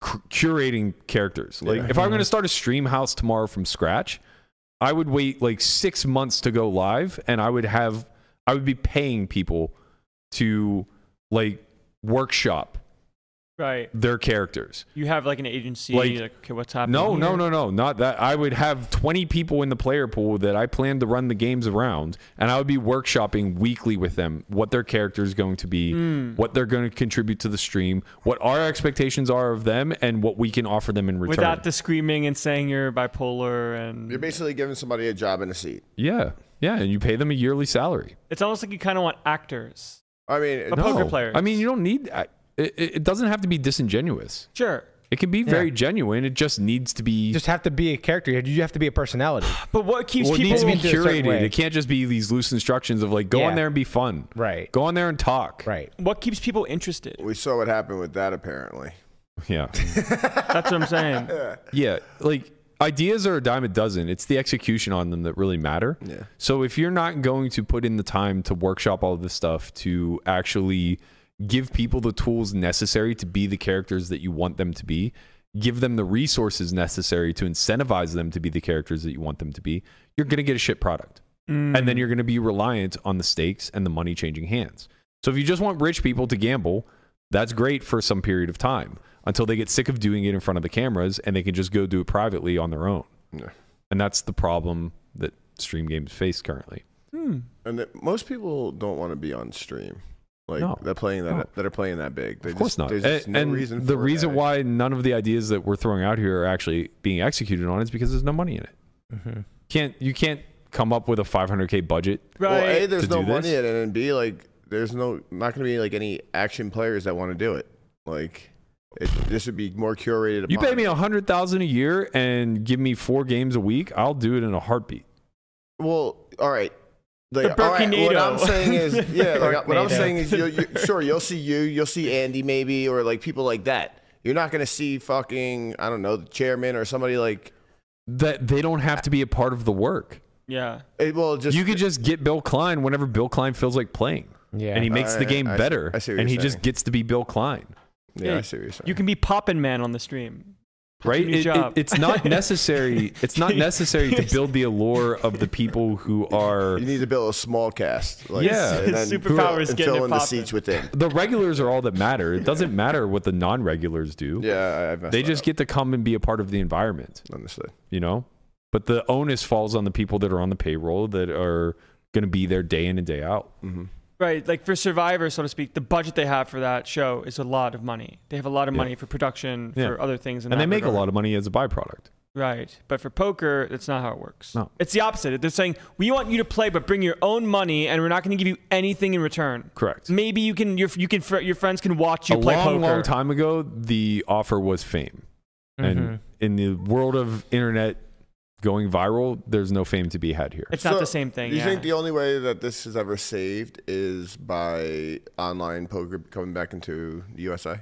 cu- curating characters. Like if I'm going to start a stream house tomorrow from scratch, I would wait like six months to go live, and I would have I would be paying people to like workshop right. their characters. You have like an agency. Like- Like, okay, what's happening? No, no, here? no, no, not that. I would have 20 people in the player pool that I plan to run the games around, and I would be workshopping weekly with them what their character is going to be, Hmm. what they're going to contribute to the stream, what our expectations are of them, and what we can offer them in return. Without the screaming and saying you're bipolar You're and basically giving somebody a job and a seat. yeah, yeah, and you pay them a yearly salary. it's almost like you kind of want actors. I mean, it- No. Poker players. I mean, you don't need. I- It, it it doesn't have to be disingenuous. Sure. It can be very genuine. It just needs to be. You just have to be a character. You have to be a personality. But what keeps well, it people needs to be into a certain curated. way. It can't just be these loose instructions of like go in Yeah. there and be fun. Right. Go in there and talk. Right. what keeps people interested? we saw what happened with that apparently. Yeah. That's what I'm saying. Yeah, like ideas are a dime a dozen. It's the execution on them that really matter. Yeah. So if you're not going to put in the time to workshop all this stuff to actually give people the tools necessary to be the characters that you want them to be, give them the resources necessary to incentivize them to be the characters that you want them to be, you're going to get a shit product. And Mm. then you're going to be reliant on the stakes and the money changing hands. So if you just want rich people to gamble, that's great for some period of time until they get sick of doing it in front of the cameras and they can just go do it privately on their own. Yeah. And that's the problem that stream games face currently. Hmm. And that most people don't want to be on stream. Like No. they're playing that No. that are playing that big. They of course just, not. There's just and no and reason the for reason it. why none of the ideas that we're throwing out here are actually being executed on is because there's no money in it. Mm-hmm. Mhm. Can't you can't come up with a 500k budget? Right. Well, a to there's do no this? money in it, and b like there's no not going to be like any action players that want to do it. Like it, this would be more curated. You pay upon- me a hundred thousand a year and give me four games a week, I'll do it in a heartbeat. Well, all right. Like, The all right, what Burkinado. I'm saying is, yeah, like, what I'm Burkinado. saying is, you'll, you, sure, you'll see you, you'll see Andy maybe, or like people like that. You're not gonna see fucking, I don't know, the chairman or somebody like. That they don't have to be a part of the work. yeah. It will eh, just you could just get Bill Klein whenever Bill Klein feels like playing. Yeah. And he makes the I- game I see- better. I see what and he you're just saying. gets to be Bill Klein. yeah, I see what you're saying. You can be poppin' man on the stream. right? new It- it- job. it's not necessary. It's not necessary to build the allure of the people who are You need to build a small cast. Like, Yeah. and then Superpowers and getting fill it in the poppin'. seats within. the regulars are all that matter. It doesn't matter what the non-regulars do. Yeah, I- I messed they that just up. get to come and be a part of the environment. understood. you know but the onus falls on the people that are on the payroll that are going to be there day in and day out hmm Right, like for Survivor, so to speak, the budget they have for that show is a lot of money. They have a lot of Yeah. money for production, Yeah. for other things, in and that they make a regard. lot of money as a byproduct Right, but for poker, that's not how it works. No. it's the opposite. They're saying we want you to play, but bring your own money, and we're not going to give you anything in return. correct Maybe you can your you can fr- your friends can watch you a play long poker. long time ago the offer was fame Mm-hmm. and in the world of internet going viral there's no fame to be had here It's not the same thing. You yeah. think the only way that this is ever saved is by online poker coming back into the USA?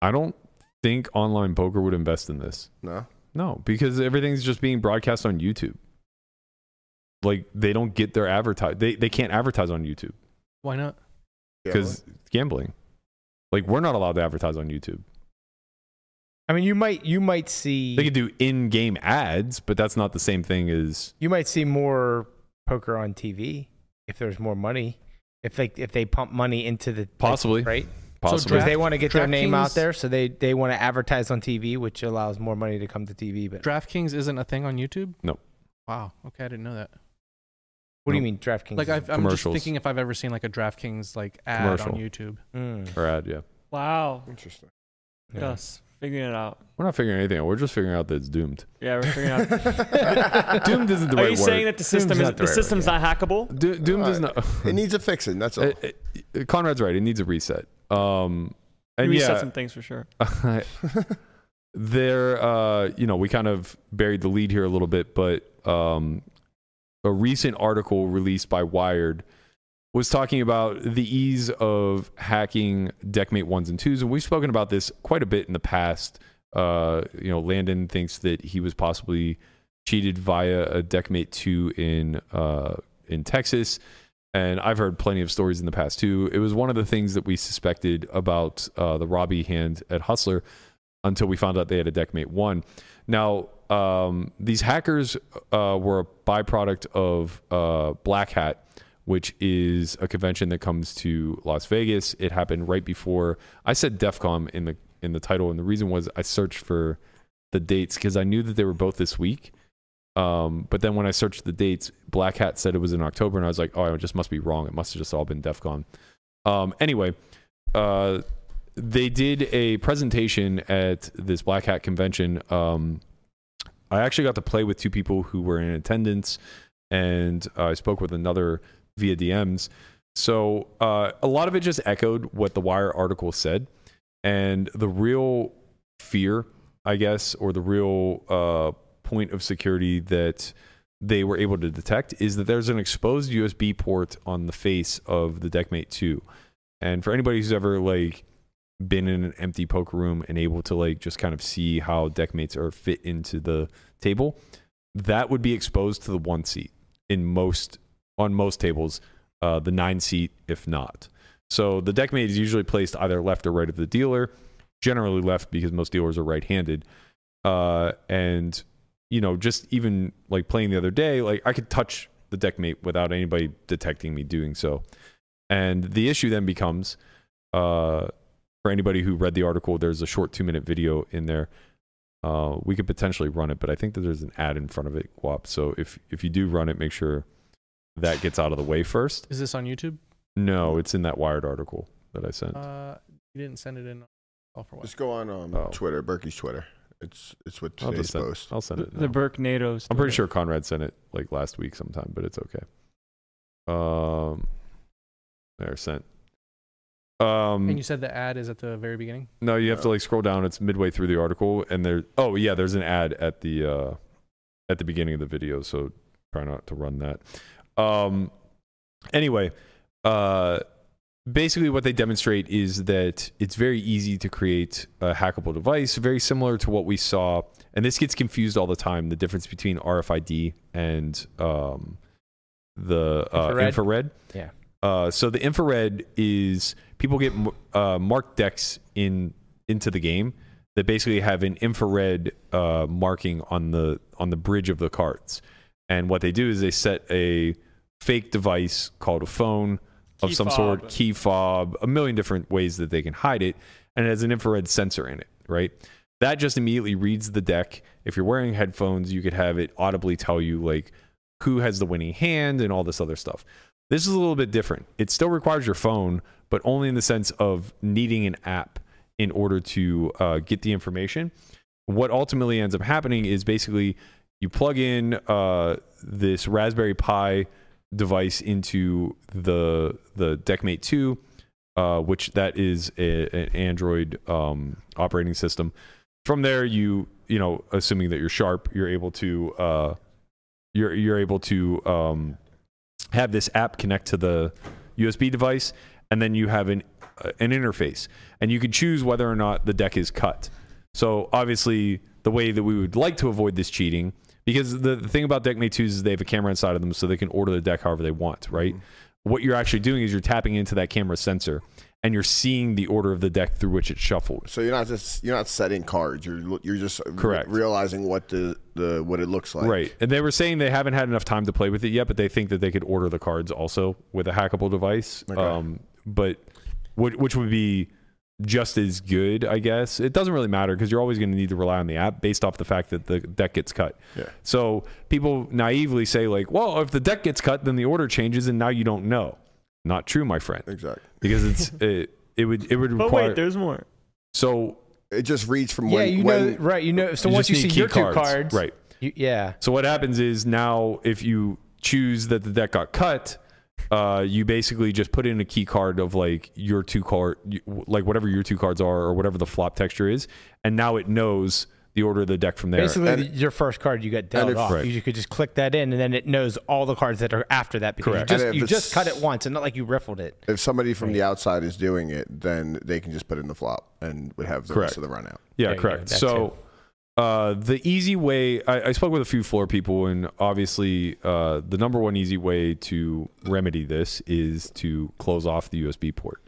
i don't think online poker would invest in this No. No, because everything's just being broadcast on YouTube. Like they don't get their advertise. They they can't advertise on YouTube Why not? Yeah, because gambling. Like we're not allowed to advertise on YouTube. I mean, you might you might see They could do in-game ads, but that's not the same thing as you might see more poker on TV if there's more money. If they if they pump money into the Possibly. right possible. because draft- they want to get their name out DraftKings- there, so they they want to advertise on TV, which allows more money to come to TV. But DraftKings isn't a thing on YouTube. No. Wow. Okay, I didn't know that. what do you mean DraftKings? Like I've, I'm just Commercials. thinking if I've ever seen like a DraftKings like ad Commercial. on YouTube. Mm, or ad, yeah. Wow, Interesting. yeah. yes, figuring it out. We're not figuring anything out. We're just figuring out that it's doomed. Yeah, we're figuring out. Doomed isn't the Are right you word. saying that the system Doom's is not the the right word, system's yeah. not hackable? Do- doomed is Alright. not. it needs a fixing. That's all. It- it- Conrad's right. It needs a reset. Um, You and reset yeah, some things for sure. there uh you know we kind of buried the lead here a little bit but um a recent article released by wired was talking about the ease of hacking deckmate ones and twos and we've spoken about this quite a bit in the past uh you know landon thinks that he was possibly cheated via a deckmate 2 in uh in texas and i've heard plenty of stories in the past too it was one of the things that we suspected about uh the robbie hand at hustler until we found out they had a deckmate one. Now, um, these hackers uh, were a byproduct of uh, Black Hat, which is a convention that comes to Las Vegas. It happened right before I said DEF CON in the in the title, and the reason was I searched for the dates because I knew that they were both this week. Um, but then when I searched the dates, Black Hat said it was in October, and I was like, "Oh, I just must be wrong. It must have just all been DEF CON." Um, anyway, uh, they did a presentation at this Black Hat convention. Um, I actually got to play with two people who were in attendance, and uh, I spoke with another via DMs. So uh, a lot of it just echoed what the Wire article said, and the real fear, I guess, or the real uh, point of security that they were able to detect is that there's an exposed USB port on the face of the Deckmate 2. And for anybody who's ever like been in an empty poker room and able to like just kind of see how deckmates are fit into the table, that would be exposed to the one seat in most on most tables, uh, the nine seat if not. So the deckmate is usually placed either left or right of the dealer, generally left because most dealers are right-handed. Uh, and you know, just even like playing the other day, like I could touch the deckmate without anybody detecting me doing so. And the issue then becomes uh, for anybody who read the article, there's a short two minute video in there. Uh, we could potentially run it, but I think that there's an ad in front of it, Guap. So if if you do run it, make sure that gets out of the way first. Is this on YouTube? No, it's in that Wired article that I sent. Uh, you didn't send it in. All for what? Just go on um, Oh. Twitter, Berkey's Twitter. It's it's with I'll today's just send. post. I'll send The, it. the now. Burke NATO's. uh, I'm pretty sure Conrad sent it like last week sometime, but it's okay. Um, there sent. Um, And you said the ad is at the very beginning. No, you have to like scroll down. It's midway through the article, and there. Oh yeah, there's an ad at the uh, at the beginning of the video. So try not to run that. Um. Anyway, uh, basically what they demonstrate is that it's very easy to create a hackable device, very similar to what we saw. And this gets confused all the time. The difference between RFID and um, the uh, Infrared? infrared. Yeah. Uh, so the infrared is people get m- uh, marked decks in into the game that basically have an infrared uh, marking on the on the bridge of the cards. And what they do is they set a fake device called a phone of Key some fob. sort, key fob, a million different ways that they can hide it, and it has an infrared sensor in it, right? That just immediately reads the deck. If you're wearing headphones, you could have it audibly tell you like who has the winning hand and all this other stuff. This is a little bit different. It still requires your phone, but only in the sense of needing an app in order to uh, get the information. What ultimately ends up happening is basically you plug in uh, this Raspberry Pi device into the the Deckmate 2, uh, which that is a, an Android um, operating system. From there, you you know, assuming that you're sharp, you're able to uh, you're you're able to um, have this app connect to the USB device, and then you have an uh, an interface, and you can choose whether or not the deck is cut. So obviously, the way that we would like to avoid this cheating, because the, the thing about Deckmate 2s is they have a camera inside of them, so they can order the deck however they want, right? What you're actually doing is you're tapping into that camera sensor, and you're seeing the order of the deck through which it's shuffled. So you're not just you're not setting cards. You're lo- you're just Correct. realizing what the, the what it looks like. Right. And they were saying they haven't had enough time to play with it yet, but they think that they could order the cards also with a hackable device. Okay. Um, but which, which would be just as good, I guess. It doesn't really matter because you're always going to need to rely on the app based off the fact that the deck gets cut. Yeah. So people naively say like, "Well, if the deck gets cut, then the order changes, and now you don't know." Not true, my friend, Exactly. because it's it, it would it would But require. wait, there's more. so It just reads from yeah, when you when know, right? You know, so once just you need see key your cards, two cards, right? You, yeah, So what happens is now if you choose that the deck got cut, uh, you basically just put in a key card of like your two card, you- like whatever your two cards are or whatever the flop texture is, and now it knows the order of the deck from there. basically And- the- your first card you got dealt if- off. Right. You could just click that in, and then it knows all the cards that are after that because Correct. you And just if you just it's- cut it once, and not like you riffled it. if somebody from the outside is doing it, then they can just put in the flop and would have the rest of the run out. Yeah, There you go, correct. that So uh, the easy way, I, I spoke with a few floor people, and obviously uh, the number one easy way to remedy this is to close off the USB port.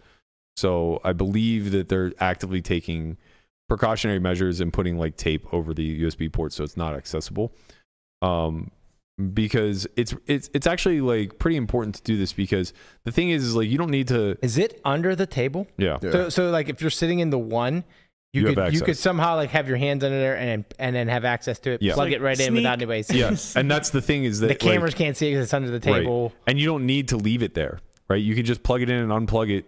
So I believe that they're actively taking precautionary measures and putting like tape over the USB port so it's not accessible. Um, because it's it's it's actually like pretty important to do this because the thing is, is like you don't need to Is it under the table? yeah Yeah. So, so like if you're sitting in the one, you, You have could you could access. somehow like have your hands under there and and then have access to it. Yeah. Plug Like it right in without sneak. anybody. seeing. yeah and that's the thing is that The like, cameras can't see because it's under the Right. table. And you don't need to leave it there, right? You can just plug it in and unplug it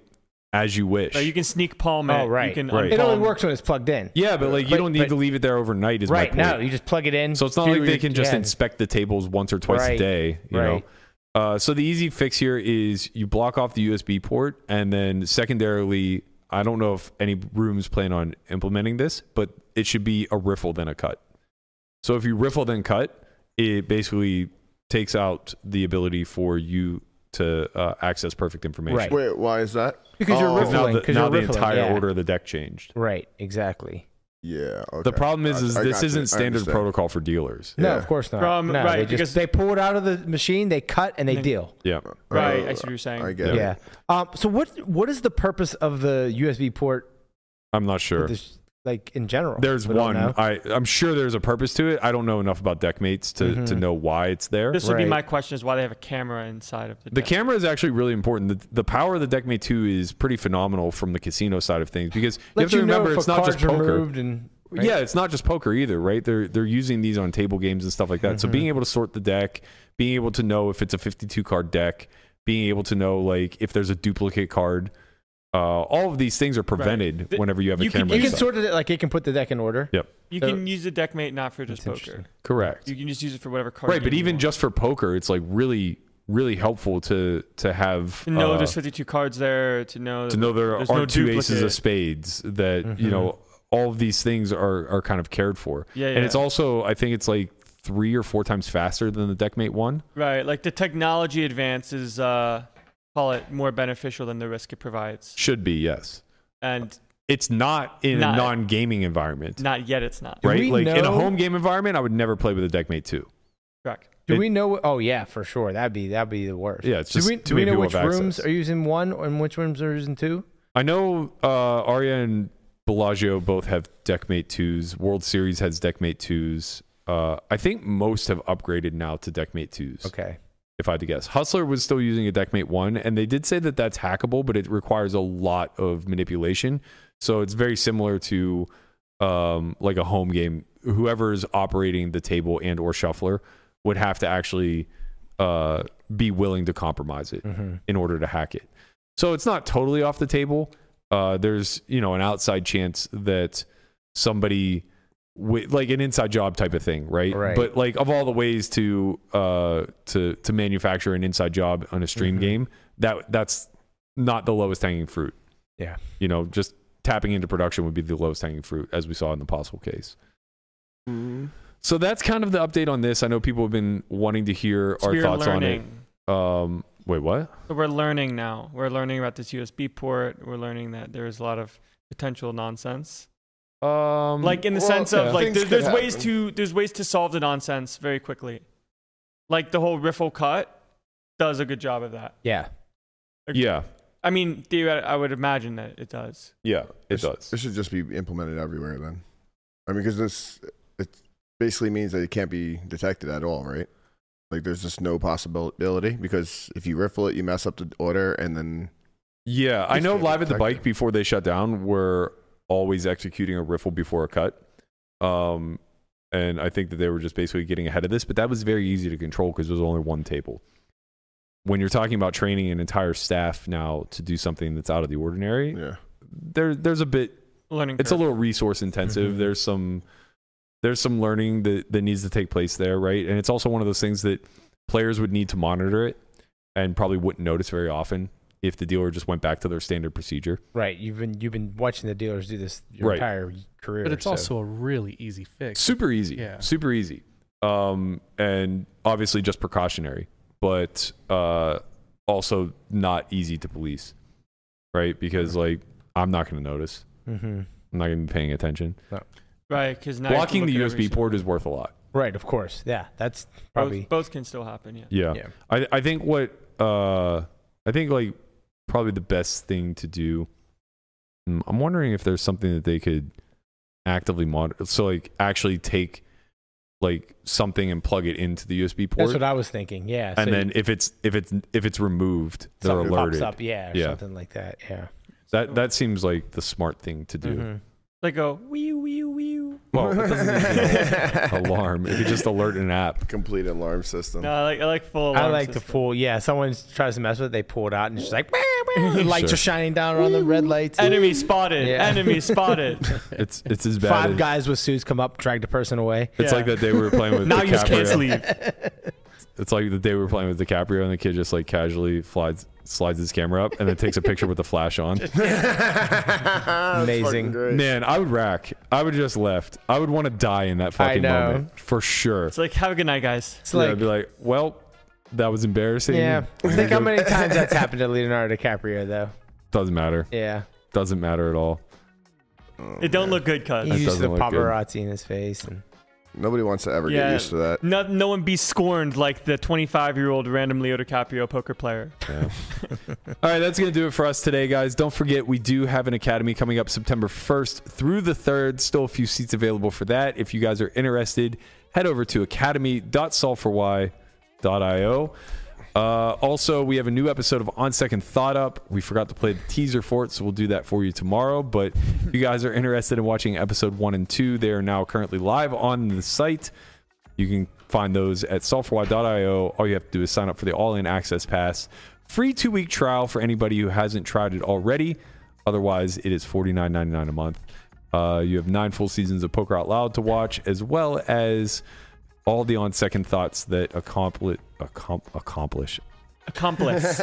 as you wish. No, you can sneak palm it. Oh, right. You can Right. It only unpalm- works when it's plugged in. yeah, but like you But- don't need but- to leave it there overnight. Um, Is my right. No, point. you just plug it in. So it's not do like they your- can just yeah. inspect the tables once or twice Right, a day, you know. right. Uh, so the easy fix here is you block off the USB port, and then secondarily, I don't know if any rooms plan on implementing this, but it should be a riffle then a cut. So if you riffle then cut, it basically takes out the ability for you to uh, access perfect information. Right. Wait, why is that? Because you're Oh. Because now riffling. the, Because now you're the riffling, entire yeah. order of the deck changed. Right. Exactly. Yeah. Okay. The problem is, I- is I this got you. I isn't standard understand. protocol for dealers. No, Yeah. of course not. From- no, right, they just, because- they pull it out of the machine, they cut, and they Then- deal. Yeah. Right, Uh, I see what you're saying. I get Yeah. Yeah. it. Um, so what what is the purpose of the USB port? I'm not for sure. This, like in general, There's We don't one. know. I I'm sure there's a purpose to it. I don't know enough about deckmates to to Mhm. know why it's there. This would be Right. my question: Is why they have a camera inside of the the deck. camera is actually really important. The, the power of the Deckmate 2 is pretty phenomenal from the casino side of things because you Let have to know remember if it's a not card's just poker. removed and right? Yeah, it's not just poker either, right? They're they're using these on table games and stuff like that. Mm-hmm. So being able to sort the deck, being able to know if it's a 52 card deck, being able to know like if there's a duplicate card, uh, all of these things are prevented The- whenever you have a you could- camera. You can set. sort it like it can put the deck in order. Yep, You So- uh, can use the deckmate not for just That's poker. interesting. correct. You can just use it for whatever card. Right, but game you even want. just for poker, it's like really really helpful to to have to know uh, there's 52 cards there, to know to know there there's aren't no two aces duplicate. Mm-hmm. of spades that you know all of these things are are kind of cared for Yeah, and it's yeah. also i think it's like three or four times faster than the deckmate one right. Like the technology advance is, uh, call it more beneficial than the risk it provides, should be yes and it's not in Not- a non-gaming environment not yet it's not. Do right we like in a know- home game environment i would never play with a deckmate 2 Correct. Do It- we know? Oh yeah, for sure. That'd be that'd be the worst. Yeah, it's do just we, too do we many know people which have rooms access. are using one and which rooms are using two? i know uh aria and Bellagio both have deckmate twos. World Series has deckmate twos. Uh, I think most have upgraded now to deckmate twos. Okay. If I had to guess, Hustler was still using a deckmate one, and they did say that that's hackable, but it requires a lot of manipulation. So it's very similar to um, like a home game. Whoever's operating the table and or shuffler would have to actually uh, be willing to compromise it Mm-hmm. in order to hack it. So it's not totally off the table. Uh, there's you know an outside chance that somebody with like an inside job type of thing, right? Right. But like of all the ways to uh, to to manufacture an inside job on a stream Mhm. game, that that's not the lowest hanging fruit. Yeah. You know, just tapping into production would be the lowest hanging fruit, as we saw in the possible case. Mm-hmm. So that's kind of the update on this. I know people have been wanting to hear So our we're thoughts learning. on it. Um, wait, what? So we're learning now. We're learning about this USB port. We're learning that there's a lot of potential nonsense. Um, Like in the well, sense of yeah. like Things there, could there's ways happen. to there's ways to solve the nonsense very quickly. Like the whole riffle cut does a good job of that. Yeah. yeah, I mean, theoret- I would imagine that it does. yeah, it This- does. This should just be implemented everywhere then. I mean, because this it basically means that it can't be detected at all, right? Like, there's just no possibility because if you riffle it, you mess up the order, and then Yeah, I It's know really live at the effective. bike before they shut down were always executing a riffle before a cut. Um, and I think that they were just basically getting ahead of this, but that was very easy to control because there was only one table. When you're talking about training an entire staff now to do something that's out of the ordinary, yeah, there there's a bit Learning. it's a curve. little resource intensive. Mm-hmm. Mhm. There's some there's some learning that, that needs to take place there, right? And it's also one of those things that players would need to monitor it and probably wouldn't notice very often if the dealer just went back to their standard procedure. Right. You've been you've been watching the dealers do this your Right. entire career. But it's so- also a really easy fix. Super easy. Yeah. Super easy. Um, and obviously just precautionary, but uh, also not easy to police, right? Because like I'm not going to notice. Mhm. I'm not going to be paying attention. right because now you have to Blocking look the at every USB single- port is worth a lot. Right. Of course. Yeah. That's Both, probably. both can still happen. Yeah. Yeah. Yeah. I I think what uh I think like probably the best thing to do. Mm, I'm wondering if there's something that they could actively monitor. So like actually take like something and plug it into the USB port, That's what I was thinking. Yeah. and so then if it's if it's if it's removed, they're something alerted. pops up. Yeah. Or Yeah. Something like that. Yeah. That that seems like the smart thing to do. Mhm. They go wee wee wee. Well, it doesn't need to Mm-hmm. be an alarm. It could just alert an app. complete alarm system. No, I like I like full. I alarm like the system. full. Yeah. Someone tries to mess with it. They pull it out and it's just like. "Meow, meow." The lights Sure. are shining down on the red lights. Enemy spotted. Yeah. Enemy spotted. It's it's as bad. Five as, guys with suits come up, drag the person away. It's Yeah. like that day we were playing with now you just DiCaprio. can't leave. It's like the day we were playing with DiCaprio, and the kid just like casually flies, slides his camera up, and then takes a picture with the flash on. Amazing. Man, I would rack. I would just left. I would want to die in that fucking know. moment for sure. It's like have a good night, guys. It's Yeah, like. I'd be like, well, that was embarrassing. yeah. Think how many times that's happened to Leonardo DiCaprio though. Doesn't matter. Yeah. Doesn't matter at all. It don't Oh, look good, cuz. That He's used to the doesn't look good. paparazzi in his face. And, Nobody wants to ever Yeah. get used to that. No, no one be scorned like the 25 year old random Leo DiCaprio poker player. Yeah. All right, that's going to do it for us today, guys. Don't forget, we do have an academy coming up September 1st through the 3rd. Still a few seats available for that. If you guys are interested, head over to academy.solfory.io. Uh, also, we have a new episode of On Second Thought Up. We forgot to play the teaser for it, so we'll do that for you tomorrow. But if you guys are interested in watching episode one and two, they are now currently live on the site. You can find those at software.io. All you have to do is sign up for the all in access pass. Free two week trial for anybody who hasn't tried it already. Otherwise, it is $49.99 a month. Uh, you have nine full seasons of Poker Out Loud to watch, as well as all the on second thoughts that accompli- accom- accomplish, Accomplice.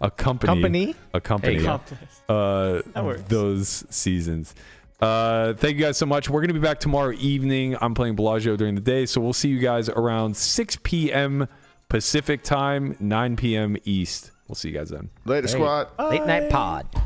accompany, company. accompany Accomplice. uh, That works. those seasons. Uh, thank you guys so much. We're going to be back tomorrow evening. I'm playing Bellagio during the day, so we'll see you guys around 6 p.m. Pacific time, 9 p.m. East. We'll see you guys then. Later, Hey. squad. Late night pod.